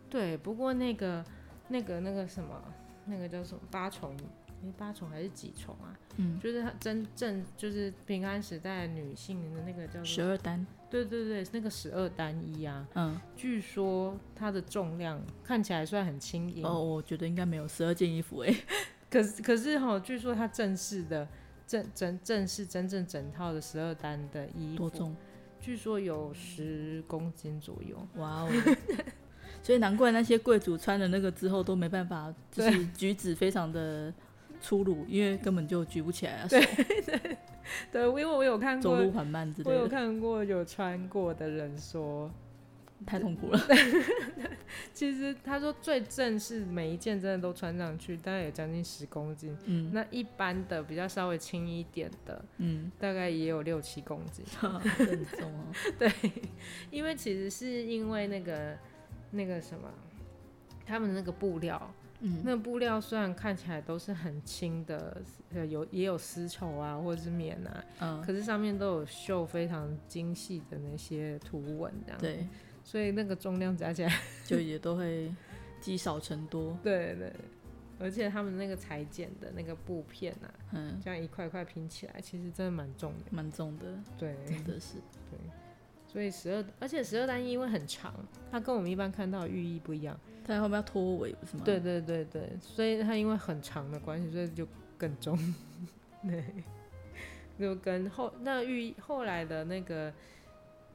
Speaker 3: 对，不过那个、那个、那个什么，那个叫什么八重？诶八重还是几重啊？
Speaker 4: 嗯，
Speaker 3: 就是它真正就是平安时代女性的那个叫
Speaker 4: 十
Speaker 3: 做，
Speaker 4: 二单，
Speaker 3: 对对对，那个十二单衣啊，
Speaker 4: 嗯，
Speaker 3: 据说它的重量看起来算很轻盈，
Speaker 4: 哦，我觉得应该没有十二件衣服哎、
Speaker 3: 可是可是哈、据说它正式的正正正式真正整套的十二单的衣
Speaker 4: 多
Speaker 3: 服，
Speaker 4: 重？
Speaker 3: 据说有十公斤左右。
Speaker 4: 哇哦！所以难怪那些贵族穿了那个之后都没办法，就是举止非常的粗鲁，因为根本就举不起来啊，手
Speaker 3: 对，因为我有看
Speaker 4: 走路
Speaker 3: 过，
Speaker 4: 缓慢之类
Speaker 3: 我有
Speaker 4: 的，
Speaker 3: 看过有穿过的人说，
Speaker 4: 太痛苦了。
Speaker 3: 其实他说最正式每一件真的都穿上去，大概有将近十公斤。
Speaker 4: 嗯
Speaker 3: 那一般的比较稍微轻一点的，
Speaker 4: 嗯，
Speaker 3: 大概也有六七公斤。
Speaker 4: 很重哦。
Speaker 3: 对，因为其实是因为那个那个什么，他们那个布料，
Speaker 4: 嗯，
Speaker 3: 那布料虽然看起来都是很轻的，呃，有也有丝绸啊或者是棉啊，
Speaker 4: 嗯，
Speaker 3: 可是上面都有绣非常精细的那些图文这样。，
Speaker 4: 对，
Speaker 3: 所以那个重量加起来，
Speaker 4: 就也都会积少成多。
Speaker 3: 对对。而且他们那个裁剪的那个布片啊，
Speaker 4: 嗯，
Speaker 3: 这样一块块拼起来，其实真的蛮重的。
Speaker 4: 蛮重的，
Speaker 3: 对，
Speaker 4: 真的是。
Speaker 3: 所以十二，而且十二单衣因为很长，它跟我们一般看到的浴衣不一样。
Speaker 4: 它后面要拖尾不是吗？
Speaker 3: 对，对对对，所以它因为很长的关系，所以就更重。 对，就跟后那浴衣后来的那个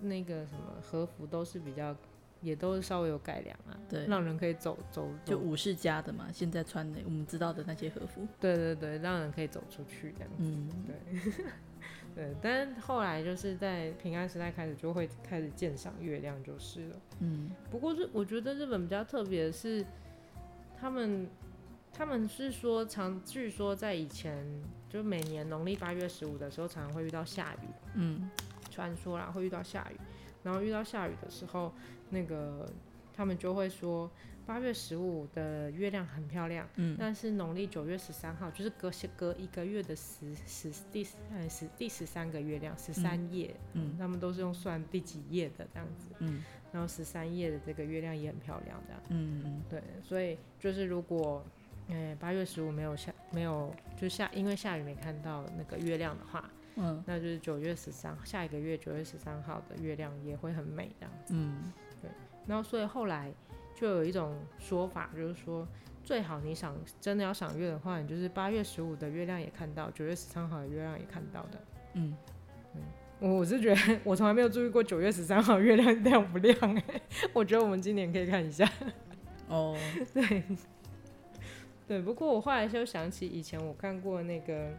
Speaker 3: 那个什么和服都是比较，也都稍微有改良啊，
Speaker 4: 对
Speaker 3: 让人可以走走
Speaker 4: 就
Speaker 3: 走，
Speaker 4: 武士家的嘛，现在穿的我们知道的那些和服。
Speaker 3: 对对对，让人可以走出去这样。
Speaker 4: 嗯，
Speaker 3: 对，但是后来就是在平安时代开始就会开始鉴赏月亮就是了。
Speaker 4: 嗯，
Speaker 3: 不过日我觉得日本比较特别的是，他们他们是说常据说在以前就每年农历八月十五的时候，常常会遇到下雨，
Speaker 4: 嗯，
Speaker 3: 传说啦会遇到下雨，然后遇到下雨的时候，那个他们就会说八月十五的月亮很漂亮，
Speaker 4: 嗯
Speaker 3: 但是农历九月十三号就是隔隔一个月的十十第呃十第十三个月亮十三夜，
Speaker 4: 嗯
Speaker 3: 他们都是用算第几夜的这样子，
Speaker 4: 嗯，
Speaker 3: 然后十三夜的这个月亮也很漂亮，这样
Speaker 4: 嗯嗯，
Speaker 3: 对，所以就是如果。哎，八月十五没有下，没有就下，因为下雨没看到那个月亮的话，
Speaker 4: 嗯
Speaker 3: 那就是九月十三，下一个月九月十三号的月亮也会很美这样子。
Speaker 4: 嗯，
Speaker 3: 然后所以后来就有一种说法，就是说最好你赏真的要赏月的话，你就是八月十五的月亮也看到，九月十三号的月亮也看到的。
Speaker 4: 嗯，
Speaker 3: 我我是觉得 我从来没有注意过九月十三号月亮亮不亮哎、 我觉得我们今年可以看一下。
Speaker 4: 哦，
Speaker 3: 对，对。不过我后来就想起以前我看过那个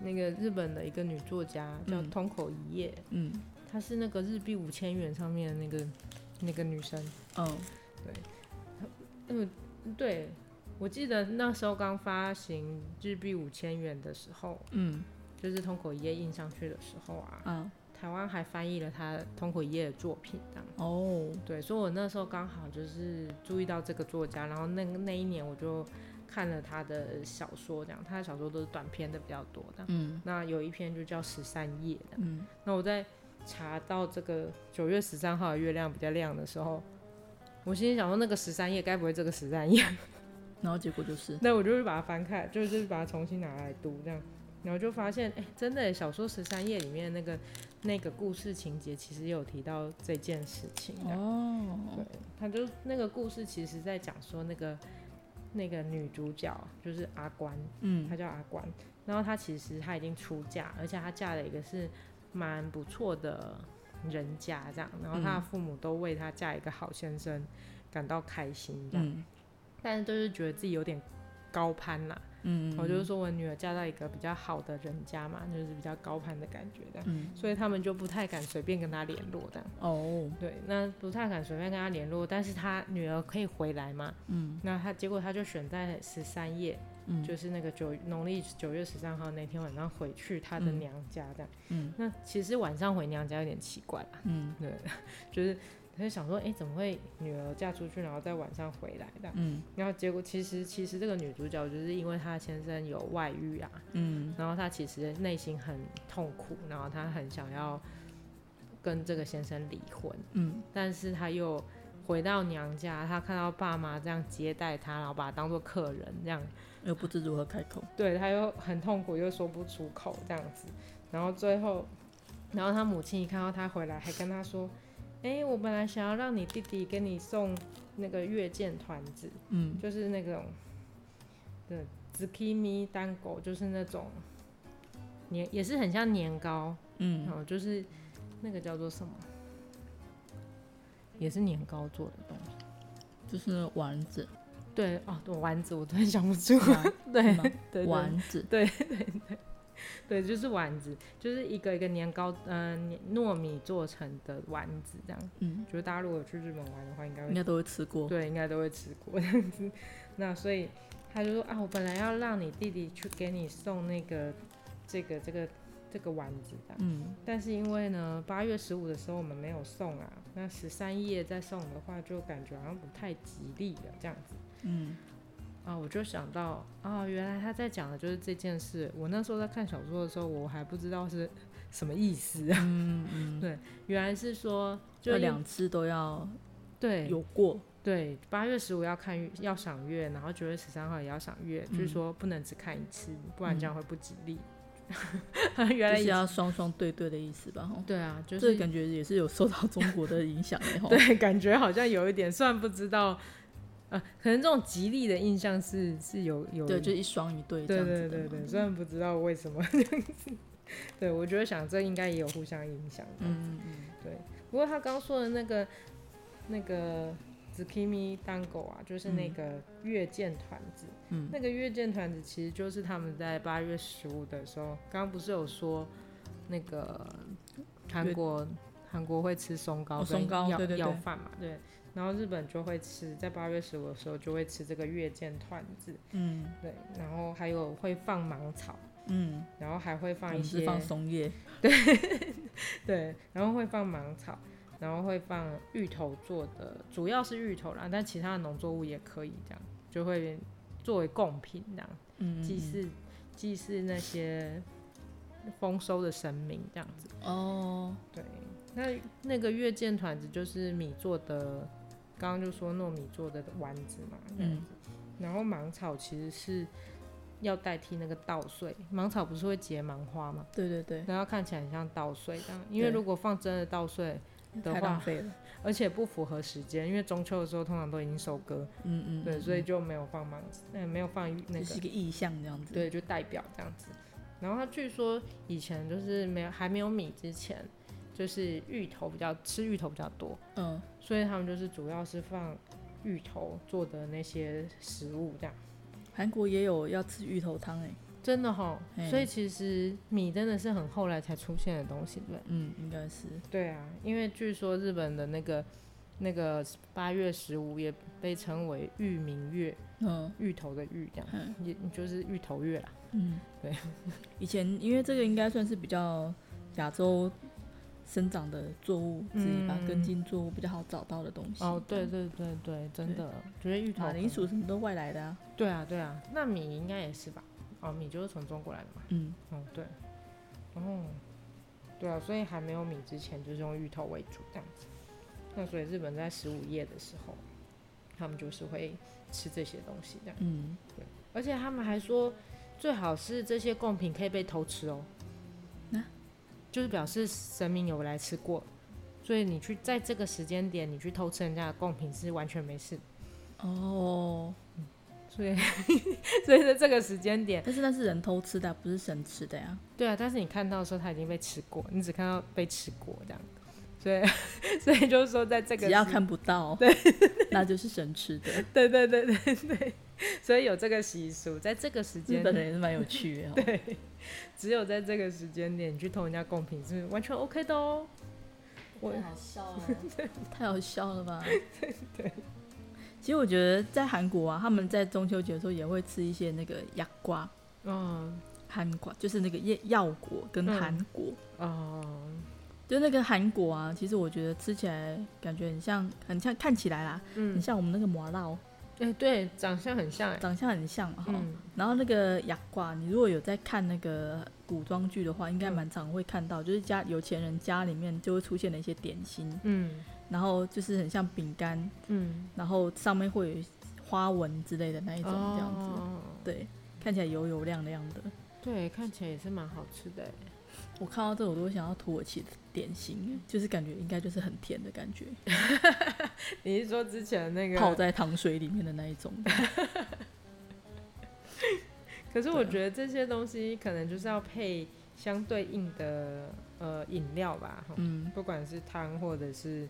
Speaker 3: 那个日本的一个女作家叫
Speaker 4: 嗯
Speaker 3: 通口一叶。
Speaker 4: 嗯
Speaker 3: 她是那个日币五千元上面的那个那个女生。
Speaker 4: 哦，
Speaker 3: 嗯，对，我记得那时候刚发行日币五千元的时候，
Speaker 4: 嗯
Speaker 3: 就是通口一页印上去的时候啊，
Speaker 4: 啊
Speaker 3: 台湾还翻译了她通口一页的作品这样。
Speaker 4: 哦，
Speaker 3: 对，所以我那时候刚好就是注意到这个作家，然后那那一年我就看了她的小说，这样，她的小说都是短篇的比较多的。
Speaker 4: 嗯
Speaker 3: 那有一篇就叫《十三夜》的，
Speaker 4: 嗯，
Speaker 3: 那我在查到这个九月十三号的月亮比较亮的时候，我心里想说，那个十三夜该不会这个十三夜？
Speaker 4: 然后结果就是
Speaker 3: 那我就会把它翻开，就是把它重新拿来读这样，然后就发现，哎、真的耶小说十三页里面那个那个故事情节其实也有提到这件事情的。
Speaker 4: 哦，
Speaker 3: 他就那个故事其实在讲说那个那个女主角就是阿关，
Speaker 4: 嗯
Speaker 3: 她叫阿关，然后她其实她已经出嫁，而且她嫁了一个是蛮不错的人家这样，然后她的
Speaker 4: 嗯
Speaker 3: 父母都为她嫁一个好先生感到开心这样，
Speaker 4: 嗯
Speaker 3: 但是就是觉得自己有点高攀啦、
Speaker 4: 嗯，
Speaker 3: 我就是说我女儿嫁到一个比较好的人家嘛，就是比较高攀的感觉这样，
Speaker 4: 嗯
Speaker 3: 所以他们就不太敢随便跟她联络这样。
Speaker 4: 哦，
Speaker 3: 对，那不太敢随便跟他联络，但是他女儿可以回来嘛？
Speaker 4: 嗯
Speaker 3: 那他结果他就选在十三夜，
Speaker 4: 嗯
Speaker 3: 就是那个九农历九月十三号那天晚上回去他的
Speaker 4: 嗯
Speaker 3: 娘家这样。
Speaker 4: 嗯
Speaker 3: 那其实晚上回娘家有点奇怪啦，
Speaker 4: 嗯
Speaker 3: 对，就是他就想说，哎、怎么会女儿嫁出去，然后在晚上回来这样？
Speaker 4: 嗯
Speaker 3: 然后结果其实其实这个女主角就是因为她先生有外遇啊，
Speaker 4: 嗯
Speaker 3: 然后她其实内心很痛苦，然后她很想要跟这个先生离婚。
Speaker 4: 嗯
Speaker 3: 但是他又回到娘家，他看到爸妈这样接待他，然后把他当做客人这样，
Speaker 4: 又不知如何开口，
Speaker 3: 对他又很痛苦，又说不出口这样子。然后最后，然后他母亲一看到他回来，还跟他说：“哎、我本来想要让你弟弟给你送那个月见团子，
Speaker 4: 嗯
Speaker 3: 就是那种的 zucchini 蛋糕，就是那种年也是很像年糕，
Speaker 4: 嗯
Speaker 3: 然后哦就是那个叫做什么，也是年糕做的东西。”
Speaker 4: 就是丸子，
Speaker 3: 对哦，对丸子，我突然想不出
Speaker 4: 吗
Speaker 3: 来。对
Speaker 4: 吗
Speaker 3: 对对
Speaker 4: 丸子，
Speaker 3: 对，就是丸子，就是一个一个年糕，嗯、年糯米做成的丸子这样。
Speaker 4: 嗯，
Speaker 3: 就是大家如果去日本玩的话，应该
Speaker 4: 应
Speaker 3: 会
Speaker 4: 该都会吃过，
Speaker 3: 对，应该都会吃过这样子。那所以他就说啊，我本来要让你弟弟去给你送那个这个这个这个丸子的，
Speaker 4: 嗯
Speaker 3: 但是因为呢，八月十五的时候我们没有送啊，那十三夜再送的话，就感觉好像不太吉利了这样子。
Speaker 4: 嗯
Speaker 3: 啊，我就想到啊，原来他在讲的就是这件事。我那时候在看小说的时候，我还不知道是什么意思啊。
Speaker 4: 嗯 嗯，
Speaker 3: 原来是说，就
Speaker 4: 这
Speaker 3: 因
Speaker 4: 两次都要
Speaker 3: 对
Speaker 4: 有过，
Speaker 3: 对，八月十五要看月要赏月，然后九月十三号也要赏月，就是
Speaker 4: 嗯
Speaker 3: 说不能只看一次，不然这样会不吉利。 原
Speaker 4: 就
Speaker 3: 来
Speaker 4: 是
Speaker 3: 已
Speaker 4: 要双双对对的意思吧？吼，
Speaker 3: 对啊，就
Speaker 4: 这
Speaker 3: 是
Speaker 4: 感觉也是有受到中国的影响的吼。
Speaker 3: 对，感觉好像有一点，虽然不知道，呃，可能这种吉利的印象是是有有
Speaker 4: 对，就一双一对这
Speaker 3: 对
Speaker 4: 样子
Speaker 3: 对
Speaker 4: 的嗯
Speaker 3: 对
Speaker 4: 嘛。
Speaker 3: 对，虽然不知道为什么 这样子，对我觉得想这应该也有互相影响。嗯，
Speaker 4: 嗯嗯
Speaker 3: 不过他刚说的那个那个 zucchini 蛋糕啊，就是那
Speaker 4: 嗯
Speaker 3: 个月见团子，
Speaker 4: 嗯
Speaker 3: 那个月见团子其实就是他们在八月十五的时候，刚刚不是有说那个韩
Speaker 4: 月
Speaker 3: 国韩国会吃松糕
Speaker 4: 哦
Speaker 3: 跟
Speaker 4: 松糕
Speaker 3: 要
Speaker 4: 对对对
Speaker 3: 要饭嘛，对。然后日本就会吃，在八月十五的时候就会吃这个月见团子，
Speaker 4: 嗯
Speaker 3: 对，然后还有会放芒草，
Speaker 4: 嗯，
Speaker 3: 然后还会
Speaker 4: 我
Speaker 3: 放一
Speaker 4: 们
Speaker 3: 些
Speaker 4: 哦是放松叶，
Speaker 3: 对，然后会放芒草，然后会放芋头做的，主要是芋头啦，但其他的农作物也可以这样，就会作为贡品这样，
Speaker 4: 嗯，
Speaker 3: 祭
Speaker 4: 嗯
Speaker 3: 祀祭祀那些丰收的神明这样子。
Speaker 4: 嗯哦，
Speaker 3: 对，那那个月见团子就是米做的，刚刚就说糯米做的丸子嘛，这样
Speaker 4: 嗯
Speaker 3: 子。然后芒草其实是要代替那个稻穗，芒草不是会结芒花吗？
Speaker 4: 对对对，
Speaker 3: 然后看起来很像稻穗这样，因为
Speaker 4: 对
Speaker 3: 如果放真的稻穗，的
Speaker 4: 太
Speaker 3: 话
Speaker 4: 浪费了。
Speaker 3: 而且不符合时间，因为中秋的时候通常都已经收割，
Speaker 4: 嗯嗯，
Speaker 3: 对，
Speaker 4: 嗯
Speaker 3: 所以就没有放芒，呃，没有放那
Speaker 4: 这
Speaker 3: 个
Speaker 4: 是一，个意象这样子。
Speaker 3: 对，就代表这样子。然后他据说以前就是没有还没有米之前，就是芋头比较吃芋头比较多，
Speaker 4: 嗯，
Speaker 3: 所以他们就是主要是放芋头做的那些食物这样。
Speaker 4: 韩国也有要吃芋头汤哎，
Speaker 3: 真的哈，
Speaker 4: 嘿
Speaker 3: 所以其实米真的是很后来才出现的东西，对不对。
Speaker 4: 嗯，应该是，
Speaker 3: 对啊，因为据说日本的那个那个八月十五也被称为芋明月，
Speaker 4: 嗯
Speaker 3: 芋头的芋这样，
Speaker 4: 嗯
Speaker 3: 也就是芋头月啦。
Speaker 4: 嗯，
Speaker 3: 对。
Speaker 4: 以前因为这个应该算是比较亚洲生长的作物之一吧，
Speaker 3: 嗯
Speaker 4: 根茎作物比较好找到的东西。
Speaker 3: 哦，对对对对，真的，觉得芋
Speaker 4: 嗯
Speaker 3: 头
Speaker 4: 马
Speaker 3: 很
Speaker 4: 铃。薯什么都外来的啊。
Speaker 3: 对啊对啊，那米应该也是吧？哦，米就是从中国来的嘛。
Speaker 4: 嗯
Speaker 3: 哦，对。哦，对啊，所以还没有米之前就是用芋头为主这样子。那所以日本在十五页的时候，他们就是会吃这些东西这样。
Speaker 4: 嗯，
Speaker 3: 而且他们还说，最好是这些贡品可以被偷吃哦。
Speaker 1: 啊
Speaker 3: 就是表示神明有来吃过，所以你去在这个时间点你去偷吃人家的贡品是完全没事。
Speaker 4: 哦，
Speaker 3: 所以， 所以在这个时间点，
Speaker 4: 但是那是人偷吃的，不是神吃的呀。
Speaker 3: 对啊，但是你看到的时候他已经被吃过，你只看到被吃过这样。所以， 所以就是说，在这个
Speaker 4: 只要
Speaker 3: 时
Speaker 4: 看不到，对，那就是神吃 的。
Speaker 3: 对对对对对，所以有这个习俗，在这个时
Speaker 4: 日
Speaker 3: 间
Speaker 4: 本人也是蛮有趣的、哦。 对，
Speaker 3: 只有在这个时间点你去偷人家贡品是完全 OK 的哦。我
Speaker 2: 好笑哦，
Speaker 4: 太好笑了吧？对 对。其实我觉得在韩国啊，他们在中秋节的时候也会吃一些那个鸭瓜、
Speaker 3: 嗯
Speaker 4: 韩瓜，就是那个药药果跟
Speaker 3: 嗯
Speaker 4: 韩国。
Speaker 3: 哦
Speaker 4: 就那个韩国啊，其实我觉得吃起来感觉很像，很像看起来啦，很
Speaker 3: 嗯，
Speaker 4: 像我们那个麻辣哦，
Speaker 3: 哎、对，长相很像哎、
Speaker 4: 长相很像啊嘛哈。
Speaker 3: 嗯
Speaker 4: 然后那个牙瓜，你如果有在看那个古装剧的话，应该蛮常会看到，就是家有钱人家里面就会出现的一些点心，
Speaker 3: 嗯
Speaker 4: 然后就是很像饼干，
Speaker 3: 嗯，哎
Speaker 4: 然后上面会有花纹之类的那一种，这样子，
Speaker 3: 哦
Speaker 4: 对，看起来油油亮亮的。
Speaker 3: 对，看起来也是蛮好吃的哎。
Speaker 4: 我看到这，我都会想要土耳其的点心，就是感觉应该就是很甜的感觉，
Speaker 3: 你是说之前那个
Speaker 4: 泡？在糖水里面的那一 种。
Speaker 3: 可是
Speaker 4: 对
Speaker 3: 我
Speaker 4: 啊
Speaker 3: 觉得这些东西可能就是要配相对应的呃饮料吧，哈
Speaker 4: 嗯，
Speaker 3: 不管是汤或者是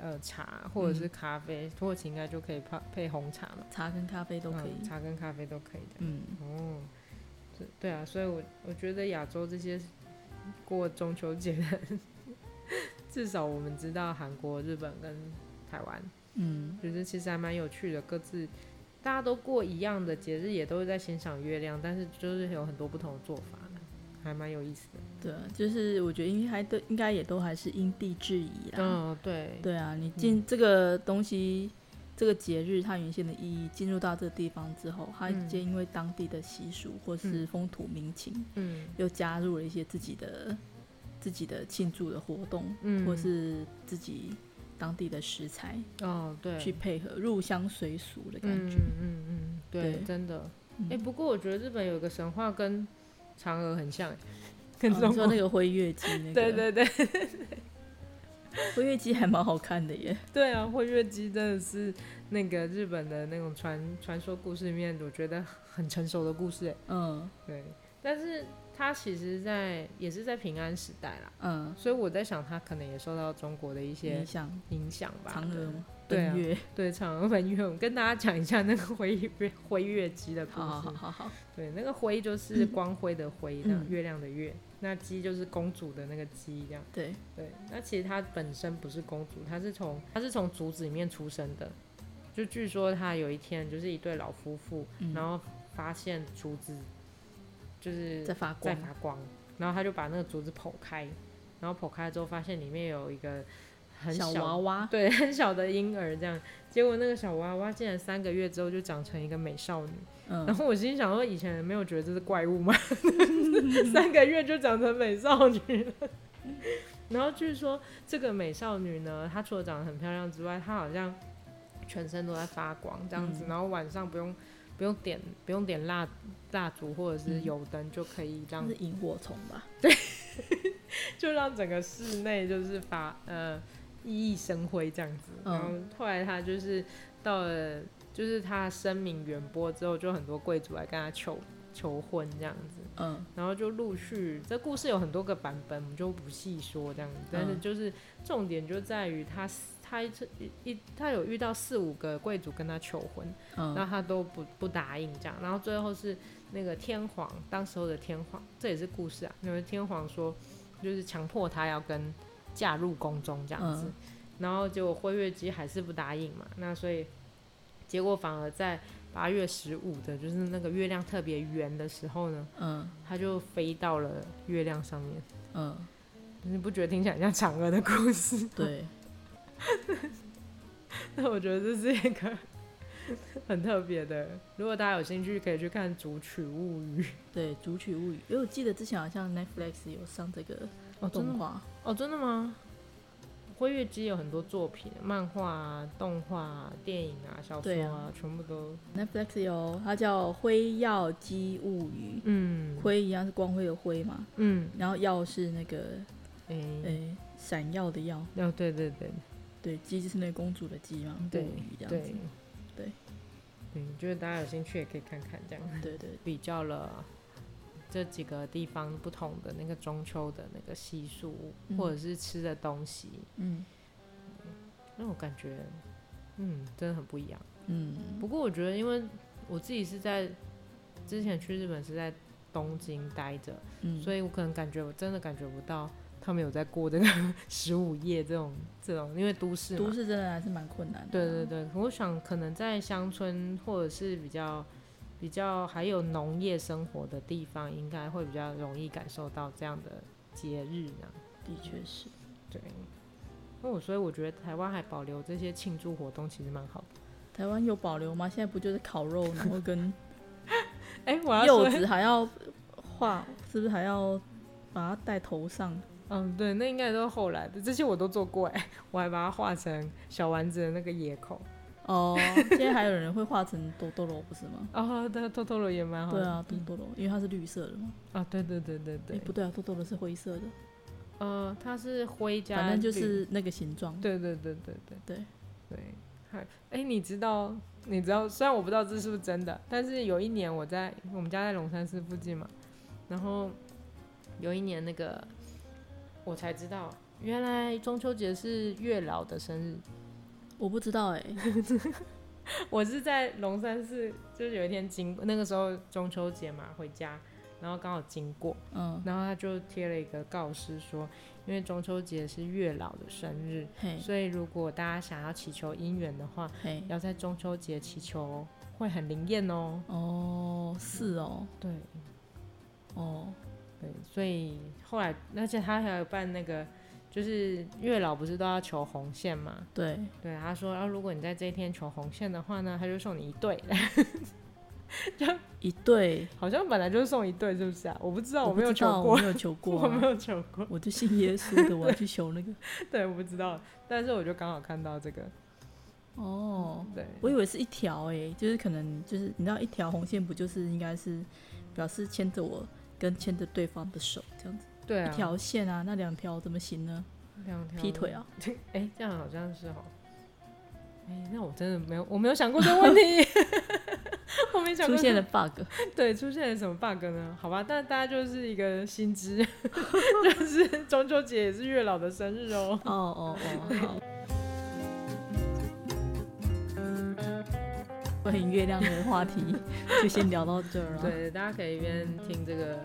Speaker 3: 呃茶或者是咖啡，土耳其应该就可以泡配红茶嘛，
Speaker 4: 茶跟咖啡都可以
Speaker 3: 嗯。茶跟咖啡都可以的。
Speaker 4: 嗯，
Speaker 3: 哦，对对啊，所以我我觉得亚洲这些过中秋节的人，至少我们知道韩国、日本跟台湾，
Speaker 4: 嗯，
Speaker 3: 觉得其实还蛮有趣的，各自。大家都过一样的节日，也都是在欣赏月亮，但是就是有很多不同的做法呢，还蛮有意思的。
Speaker 4: 对啊，就是我觉得应该都应该也都还是因地制宜啦。
Speaker 3: 嗯，对，
Speaker 4: 对啊，你进这个东西，这个节日它原先的意义，进入到这个地方之后，它
Speaker 3: 嗯
Speaker 4: 就因为当地的习俗或是
Speaker 3: 嗯
Speaker 4: 风土民情，
Speaker 3: 嗯
Speaker 4: 又加入了一些自己的自己的庆祝的活动，
Speaker 3: 嗯，
Speaker 4: 或是自己当地的食材
Speaker 3: 哦，对，
Speaker 4: 去配合，入乡随俗的感觉。
Speaker 3: 嗯嗯嗯，对，
Speaker 4: 对
Speaker 3: 真的。
Speaker 4: 嗯
Speaker 3: 哎、不过我觉得日本有一个神话跟嫦娥很像，
Speaker 4: 哦
Speaker 3: 跟
Speaker 4: 你
Speaker 3: 中
Speaker 4: 说
Speaker 3: 国、
Speaker 4: 那个灰月姬，那个
Speaker 3: 对对对
Speaker 4: 灰月姬还蛮好看的耶。
Speaker 3: 对啊，灰月姬真的是那个日本的那种传传说故事里面，我觉得很成熟的故事诶。
Speaker 4: 嗯
Speaker 3: 对，但是它其实在也是在平安时代啦，
Speaker 4: 嗯，
Speaker 3: 所以我在想，它可能也受到中国的一些
Speaker 4: 你想
Speaker 3: 影响吧。
Speaker 4: 嫦娥吗
Speaker 3: 对啊
Speaker 4: 奔月，
Speaker 3: 对嫦娥奔月，我们跟大家讲一下那个灰月灰月姬的故事。
Speaker 4: 好好好好好，
Speaker 3: 对，那个辉就是光辉的辉，这样、
Speaker 4: 嗯
Speaker 3: 月亮的月。那姬就是公主的那个姬，这样。
Speaker 4: 对，
Speaker 3: 对，那其实她本身不是公主，她是从她是从竹子里面出生的。就据说她有一天就是一对老夫妇，
Speaker 4: 嗯
Speaker 3: 然后发现竹子就是
Speaker 4: 在发光
Speaker 3: 在，发光，然后他就把那个竹子剖开，然后剖开之后发现里面有一个很
Speaker 4: 小
Speaker 3: 小
Speaker 4: 娃娃，
Speaker 3: 对，很小的婴儿这样。结果那个小娃娃竟然三个月之后就长成一个美少女。然
Speaker 4: 嗯，
Speaker 3: 后我心想说，以前人没有觉得这是怪 物吗？三个月就长成美少女了。然后据说这个美少女呢，她除了长得很漂亮之外，她好像全身都在发光这样子，
Speaker 4: 嗯
Speaker 3: 然后晚上不用不用点不用点蜡蜡烛或者是油灯、就可以让
Speaker 4: 那是萤火虫吧？
Speaker 3: 就让整个室内就是发呃熠熠生辉这样子。
Speaker 4: 嗯
Speaker 3: 然后后来他就是到了，就是他声名远播之后，就很多贵族来跟他求求婚这样子。
Speaker 4: 嗯，
Speaker 3: 然后就陆续，这故事有很多个版本，我们就不细说这样子。但是就是重点就在于他他一一他有遇到四五个贵族跟他求婚，
Speaker 4: 嗯，
Speaker 3: 然后他都不不答应这样，然后最后是那个天皇，当时候的天皇，这也是故事啊，因为天皇说就是强迫他要跟嫁入宫中这样子，
Speaker 4: 嗯
Speaker 3: 然后结果灰月姬还是不答应嘛，那所以结果反而在八月十五的，就是那个月亮特别圆的时候呢，
Speaker 4: 嗯
Speaker 3: 他就飞到了月亮上面，
Speaker 4: 嗯，
Speaker 3: 你不觉得听起来很像嫦娥的故事？
Speaker 4: 对，
Speaker 3: 那我觉得这是一个 很特别的，如果大家有兴趣，可以去看《竹取物语》
Speaker 4: 对，《竹取物语》，因为我记得之前好像 Netflix 有上这个
Speaker 3: 哦，真的
Speaker 4: 动
Speaker 3: 吗？
Speaker 4: 画，
Speaker 3: 哦，真的吗？灰月姬有很多作品，漫画、啊、动画、啊、电影啊、小说
Speaker 4: 对
Speaker 3: 啊，
Speaker 4: 啊
Speaker 3: 全部都
Speaker 4: Netflix 有，它叫《辉耀姬物语》，
Speaker 3: 嗯
Speaker 4: 辉一样是光辉的辉嘛，
Speaker 3: 嗯
Speaker 4: 然后耀是那个哎
Speaker 3: 诶、
Speaker 4: 诶闪耀的耀，
Speaker 3: 哦对对对
Speaker 4: 对，姬就是那个公主的姬嘛，
Speaker 3: 对
Speaker 4: 物语这样
Speaker 3: 对
Speaker 4: 子，对
Speaker 3: 嗯，就是大家有兴趣也可以看看这样。
Speaker 4: 对对
Speaker 3: 比较了这几个地方不同的那个中秋的那个习俗，
Speaker 4: 嗯
Speaker 3: 或者是吃的东西，
Speaker 4: 嗯
Speaker 3: 那我感觉，嗯，真的很不一样。
Speaker 4: 嗯
Speaker 3: 不过我觉得，因为我自己是在之前去日本是在东京待着，
Speaker 4: 嗯，
Speaker 3: 所以我可能感觉我真的感觉不到他们有在过这个 十五夜这种这种，因为都市嘛
Speaker 4: 都，市真的还是蛮困难的，
Speaker 3: 对对对，我想可能在乡村或者是比较比较还有农业生活的地方，应该会比较容易感受到这样的节日呢、
Speaker 4: 的确是，
Speaker 3: 对，那我所以我觉得台湾还保留这些庆祝活动其实蛮好的。
Speaker 4: 台湾有保留吗？现在不就是烤肉，然后跟
Speaker 3: 哎、 我要
Speaker 4: 柚
Speaker 3: 说，
Speaker 4: 子还 要画，是不是还要把它戴头上？
Speaker 3: 嗯，对，那应该都是后来的，这些我都做过哎、我还把它画成小丸子的那个野口。
Speaker 4: 哦，现在还有人会画成多多罗，不是 吗？
Speaker 3: 哦，对，豆豆罗也蛮好
Speaker 4: 对
Speaker 3: 的。
Speaker 4: 啊，多多罗，因为它是绿色的嘛。
Speaker 3: 啊，对对对对
Speaker 4: 哎、
Speaker 3: 对，
Speaker 4: 不对啊，多多罗是灰色的，
Speaker 3: 呃，它是灰加
Speaker 4: 反正就
Speaker 3: 绿
Speaker 4: 是那个形状。
Speaker 3: 对对对对对
Speaker 4: 对
Speaker 3: 对，还哎、你知道你知道，虽然我不知道这是不是真的，但是有一年我在我们家在龙山寺附近嘛，然后有一年那个我才知道，原来中秋节是月老的生日。
Speaker 4: 我不知道哎、
Speaker 3: 我是在龙山寺，就是有一天经那个时候中秋节嘛，回家，然后刚好经过，
Speaker 4: 嗯，
Speaker 3: 然后他就贴了一个告示说，因为中秋节是月老的生日，
Speaker 4: 嘿，
Speaker 3: 所以如果大家想要祈求姻缘的话，
Speaker 4: 嘿，
Speaker 3: 要在中秋节祈求哦会很灵验哦。
Speaker 4: 哦，是哦，
Speaker 3: 对
Speaker 4: 哦，
Speaker 3: 对，所以后来，而且他还有办那个，就是月老不是都要求红线嘛？
Speaker 4: 对，
Speaker 3: 对，他说，啊，如果你在这一天求红线的话呢，他就送你一对。
Speaker 4: 一对，
Speaker 3: 好像本来就是送一对，是不是啊？我不知道，
Speaker 4: 我
Speaker 3: 没有
Speaker 4: 不知道
Speaker 3: 求
Speaker 4: 我
Speaker 3: 过，
Speaker 4: 没有 求过
Speaker 3: 我
Speaker 4: 啊、
Speaker 3: 没有求过。
Speaker 4: 我就信耶稣的，我要去求那个。
Speaker 3: 对，我不知道，但是我就刚好看到这个，
Speaker 4: 哦，
Speaker 3: 对，
Speaker 4: 我以为是一条哎、就是可能就是你知道一条红线不就是应该是表示牵着我跟牵着对方的手这样子，
Speaker 3: 对啊，
Speaker 4: 一条线啊，那两条怎么行呢？
Speaker 3: 两条
Speaker 4: 劈腿啊？
Speaker 3: 哎、这样好像是哦。哎、那我真的没有，我没有想过这个问题， 我没想
Speaker 4: 出
Speaker 3: 过
Speaker 4: 现
Speaker 3: 这
Speaker 4: 了 bug，
Speaker 3: 对，出现了什么 bug 呢？好吧，但大家就是一个新知， 就是中秋节也是月老的生日哦。
Speaker 4: 哦哦哦，好。关于月亮的话题就先聊到这儿了。啊
Speaker 3: 对，大家可以一边听这个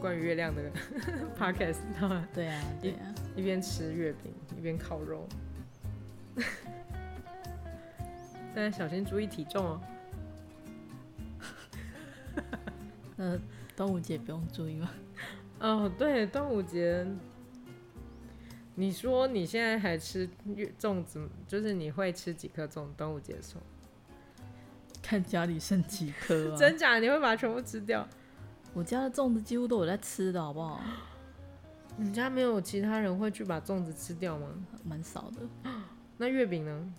Speaker 3: 关于月亮的 podcast，然后
Speaker 4: 对啊，对啊，
Speaker 3: 一边吃月饼一边烤肉。 但小心注意体重哦。
Speaker 4: 那端午节不用注意吗？
Speaker 3: 哦，对，端午节，你说你现在还吃月粽子，就是你会吃几颗粽？端午节的时候，
Speaker 4: 看家里剩几颗啊！
Speaker 3: 真假？你会把它全部吃掉？
Speaker 4: 我家的粽子几乎都有在吃的，好不好？
Speaker 3: 你家没有其他人会去把粽子吃掉吗？
Speaker 4: 蛮少的，
Speaker 3: 那月饼呢？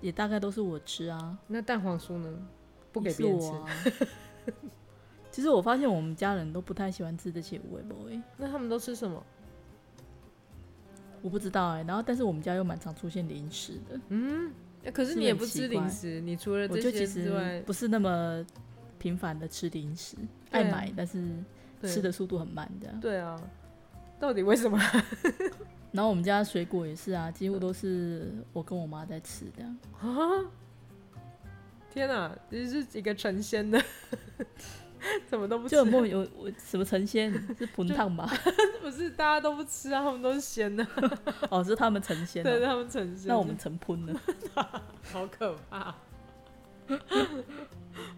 Speaker 4: 也大概都是我吃啊，
Speaker 3: 那蛋黄酥呢？不给
Speaker 4: 也是
Speaker 3: 别人吃
Speaker 4: 我，啊。 其实我发现我们家人都不太喜欢吃这些微波诶，
Speaker 3: 那他们都吃什么？
Speaker 4: 我不知道哎、然后，但是我们家又蛮常出现零食的，
Speaker 3: 欸可是
Speaker 4: 是
Speaker 3: 你也
Speaker 4: 很
Speaker 3: 不
Speaker 4: 奇
Speaker 3: 吃零
Speaker 4: 怪
Speaker 3: 食，你除了
Speaker 4: 我
Speaker 3: 这
Speaker 4: 就其
Speaker 3: 些之
Speaker 4: 实
Speaker 3: 外，
Speaker 4: 不是那么频繁的吃零食，
Speaker 3: 对
Speaker 4: 爱
Speaker 3: 啊
Speaker 4: 买，但是
Speaker 3: 对啊
Speaker 4: 吃的速度很慢这样。
Speaker 3: 对啊，到底为什么？
Speaker 4: 然后我们家水果也是啊，几乎都是我跟我妈在吃这样。
Speaker 3: 天哪、这是一个成仙的，怎么都不吃
Speaker 4: 就，很莫名有我什么成仙 是盆烫吧？
Speaker 3: 不是大家都不吃啊，他们都是仙的，
Speaker 4: 哦，是他们成仙、
Speaker 3: 对，
Speaker 4: 啊，
Speaker 3: 他们成仙。
Speaker 4: 那我们成喷了。
Speaker 3: 好可怕。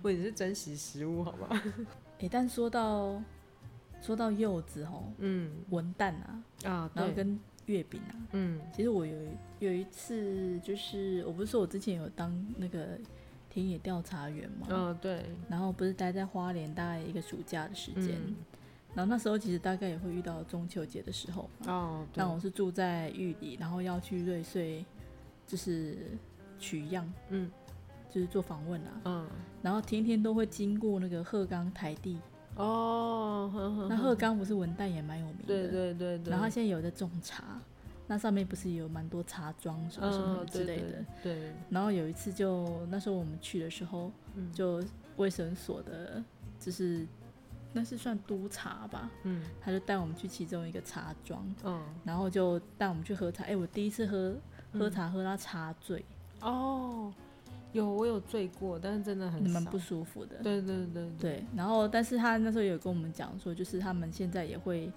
Speaker 3: 我也是珍惜食物，好吧？
Speaker 4: 诶，但说到说到柚子哦，
Speaker 3: 嗯
Speaker 4: 文旦啊，
Speaker 3: 啊，
Speaker 4: 然后跟月饼啊，
Speaker 3: 嗯
Speaker 4: 其实我有一有一次就是我不是说我之前有当那个田野调查员嘛，
Speaker 3: 嗯、对，
Speaker 4: 然后不是待在花莲大概一个暑假的时间，
Speaker 3: 嗯
Speaker 4: 然后那时候其实大概也会遇到中秋节的时候嘛，
Speaker 3: 哦，对
Speaker 4: 但，我是住在玉里，然后要去瑞穗，就是取样，
Speaker 3: 嗯，
Speaker 4: 就是做访问啊。
Speaker 3: 嗯，
Speaker 4: 然后天天都会经过那个鹤冈台地，
Speaker 3: 哦，呵呵
Speaker 4: 那鹤冈不是文旦也蛮有名的，
Speaker 3: 对对对对，
Speaker 4: 然后它现在有在种茶，那上面不是有蛮多茶庄什么什么
Speaker 3: 嗯
Speaker 4: 之类的。，
Speaker 3: 对对对，
Speaker 4: 然后有一次就那时候我们去的时候，
Speaker 3: 嗯
Speaker 4: 就卫生所的，就是那是算督察吧，
Speaker 3: 嗯
Speaker 4: 他就带我们去其中一个茶庄，
Speaker 3: 嗯，
Speaker 4: 然后就带我们去喝茶。哎、我第一次喝喝茶喝到茶醉，
Speaker 3: 哦，有我有醉过，但是真的很
Speaker 4: 你蛮
Speaker 3: 少
Speaker 4: 不舒服的。
Speaker 3: 对对对
Speaker 4: 对，然后但是他那时候有跟我们讲说，就是他们现在也会，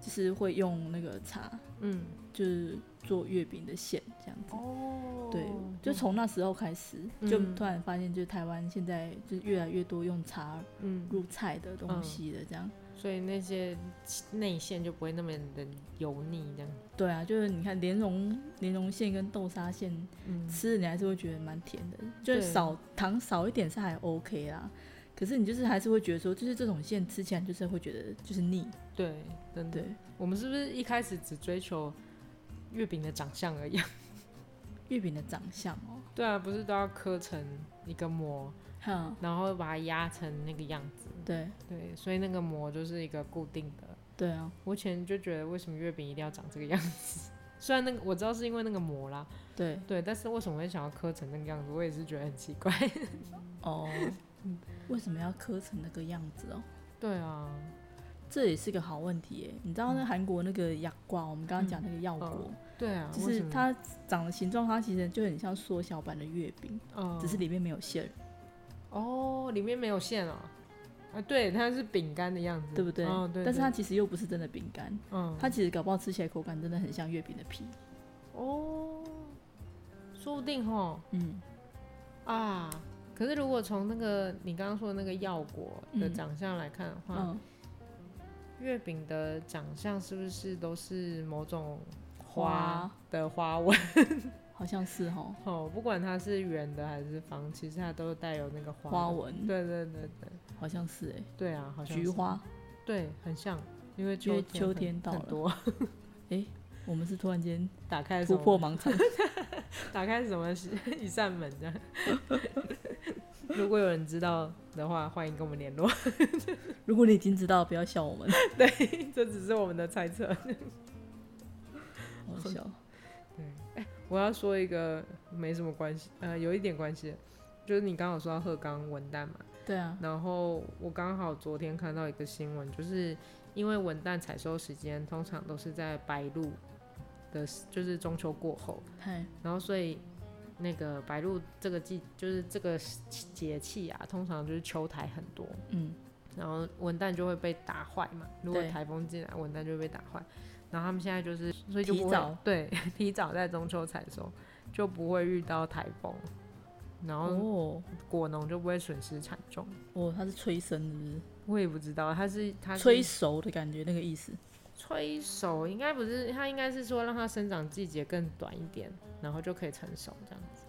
Speaker 4: 就是会用那个茶，
Speaker 3: 嗯，
Speaker 4: 就是做月饼的馅这样子。
Speaker 3: 哦
Speaker 4: 对，就从那时候开始，就
Speaker 3: 嗯
Speaker 4: 突然发现，就是台湾现在就是越来越多用茶
Speaker 3: 嗯，
Speaker 4: 入菜的东
Speaker 3: 嗯
Speaker 4: 西了，这样。
Speaker 3: 所以那些内馅就不会那么的油腻，这样，
Speaker 4: 对啊，就是你看莲蓉莲蓉馅跟豆沙馅，
Speaker 3: 嗯
Speaker 4: 吃了你还是会觉得蛮甜的，就是
Speaker 3: 对
Speaker 4: 少糖少一点是还 OK 啦。可是你就是还是会觉得说，就是这种馅吃起来就是会觉得就是腻，
Speaker 3: 对，真的
Speaker 4: 对，，
Speaker 3: 我们是不是一开始只追求月饼的长相而已啊？
Speaker 4: 月饼的长相哦，
Speaker 3: 对啊，不是都要刻成一个模，
Speaker 4: 哈，
Speaker 3: 然后把它压成那个样子？
Speaker 4: 对
Speaker 3: 对，所以那个模就是一个固定的。
Speaker 4: 对啊，
Speaker 3: 我以前就觉得为什么月饼一定要长这个样子？ 虽然那个我知道是因为那个膜啦，
Speaker 4: 对
Speaker 3: 对，但是为什么会想要刻成那个样子？我也是觉得很奇怪。
Speaker 4: 哦，为什么要刻成那个样子哦？
Speaker 3: 对啊，
Speaker 4: 这也是个好问题耶。你知
Speaker 3: 嗯
Speaker 4: 道那韩国那个牙瓜，我们刚刚讲那个药果，
Speaker 3: 对啊，
Speaker 4: 就
Speaker 3: 为
Speaker 4: 是
Speaker 3: 什么，
Speaker 4: 它长的形状，它其实就很像缩小版的月饼，
Speaker 3: 嗯
Speaker 4: 只是里面没有馅儿。
Speaker 3: 哦，里面没有馅哦。啊，对，它是饼干的样子，
Speaker 4: 对不对？
Speaker 3: 哦，对。
Speaker 4: 但是
Speaker 3: 对
Speaker 4: 它其实又不是真的饼干，
Speaker 3: 嗯，
Speaker 4: 它其实搞不好吃起来口感真的很像月饼的皮。
Speaker 3: 哦，说不定吼
Speaker 4: 嗯，
Speaker 3: 啊。可是如果从那个你刚刚说的那个药果的
Speaker 4: 嗯
Speaker 3: 长相来看的话，
Speaker 4: 嗯，
Speaker 3: 月饼的长相是不是都是某种
Speaker 4: 花
Speaker 3: 花的花纹？
Speaker 4: 好像是哦，
Speaker 3: 哦，不管它是圆的还是方，其实它都带有那个花的
Speaker 4: 花。纹，
Speaker 3: 对对对对
Speaker 4: 好像是哎、
Speaker 3: 对啊，好像
Speaker 4: 菊
Speaker 3: 是，
Speaker 4: 花。
Speaker 3: 对，很像，因为
Speaker 4: 因为
Speaker 3: 秋
Speaker 4: 秋
Speaker 3: 很
Speaker 4: 天到
Speaker 3: 很
Speaker 4: 了
Speaker 3: 多
Speaker 4: 我们是突然间
Speaker 3: 打开什
Speaker 4: 突
Speaker 3: 么
Speaker 4: 破盲场，
Speaker 3: 打开什么 一扇门这样。 如果有人知道的话，欢迎跟我们联络。
Speaker 4: 如果你已经知道，不要笑我们，
Speaker 3: 这只是我们的猜测。
Speaker 4: 好 笑。
Speaker 3: 我要说一个没什么关系，呃，有一点关系的，就是你刚好说到鹤冈文旦嘛，
Speaker 4: 对啊，
Speaker 3: 然后我刚好昨天看到一个新闻，就是因为文旦采收时间通常都是在白露的，就是中秋过后，
Speaker 4: 嗨，
Speaker 3: 然后所以那个白露这个季，就是这个节气啊，通常就是秋台很多，
Speaker 4: 嗯，
Speaker 3: 然后文旦就会被打坏嘛。如果
Speaker 4: 对
Speaker 3: 台风进来，文旦就会被打坏。然后他们现在就是，所以就不
Speaker 4: 提
Speaker 3: 会
Speaker 4: 早
Speaker 3: 对 提早在中秋采收，就不会遇到台风，然后
Speaker 4: 哦
Speaker 3: 果农就不会损失惨重。
Speaker 4: 哦，它是催生是不是？
Speaker 3: 我也不知道，它是它是
Speaker 4: 催熟的感觉，那个意思。
Speaker 3: 催熟，应该不是它，应该是说让它生长季节更短一点，然后就可以成熟这样子。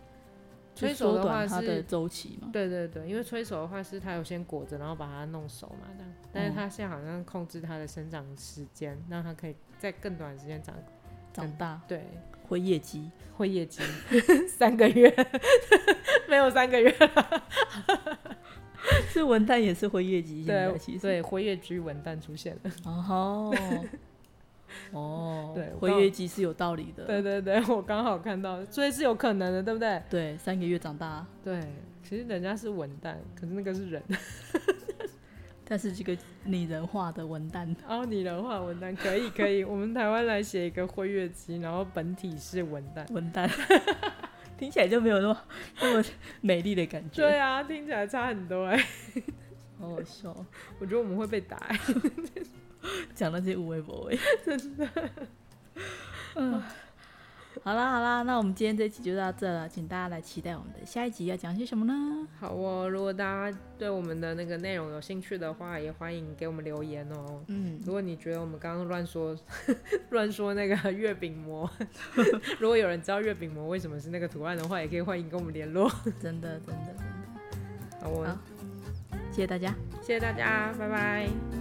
Speaker 4: 就
Speaker 3: 催熟
Speaker 4: 缩
Speaker 3: 的话
Speaker 4: 短它
Speaker 3: 是
Speaker 4: 的周期嘛？
Speaker 3: 对对对，因为催熟的话是它有先裹着，然后把它弄熟嘛，这样。但是它现在好像控制它的生长时间，让它可以在更短的时间长。
Speaker 4: 长大
Speaker 3: 对，
Speaker 4: 会业绩，
Speaker 3: 会业绩 三个月， 没有三个 月。
Speaker 4: 是文旦也是会业绩，现在其
Speaker 3: 对
Speaker 4: 实
Speaker 3: 对，活跃居文旦出 现了。
Speaker 4: 哦，哦，
Speaker 3: 对我
Speaker 4: 回
Speaker 3: 刚
Speaker 4: 月季是有道理的。
Speaker 3: 对对对，我刚好看到，所以是有可能的，对不对？
Speaker 4: 对三个月长大，
Speaker 3: 对，其实人家是文旦，可是那个是 人。
Speaker 4: 但是这个拟人化的文旦，
Speaker 3: 然后哦你的话，文旦可以可以，我们台湾来写一个会月姬，然后本体是文旦。
Speaker 4: 文旦 听起来就没有那么那么美丽的感觉。
Speaker 3: 对啊，听起来差很多哎、
Speaker 4: 好好笑哦，
Speaker 3: 我觉得我们会被打、欸。
Speaker 4: 讲到这些无微不微， 真的。嗯，好啦好啦，那我们今天这期就到这了，请大家来期待我们的下一集要讲些什么呢？
Speaker 3: 好哦，如果大家对我们的那个内容有兴趣的话，也欢迎给我们留言哦。
Speaker 4: 嗯，
Speaker 3: 如果你觉得我们刚刚乱说 乱说那个月饼膜， 如果有人知道月饼膜为什么是那个图案的话，也可以欢迎跟我们联络。
Speaker 4: 真的真的真的，
Speaker 3: 好哦，
Speaker 4: 好谢谢大家。
Speaker 3: 谢谢大家，拜拜。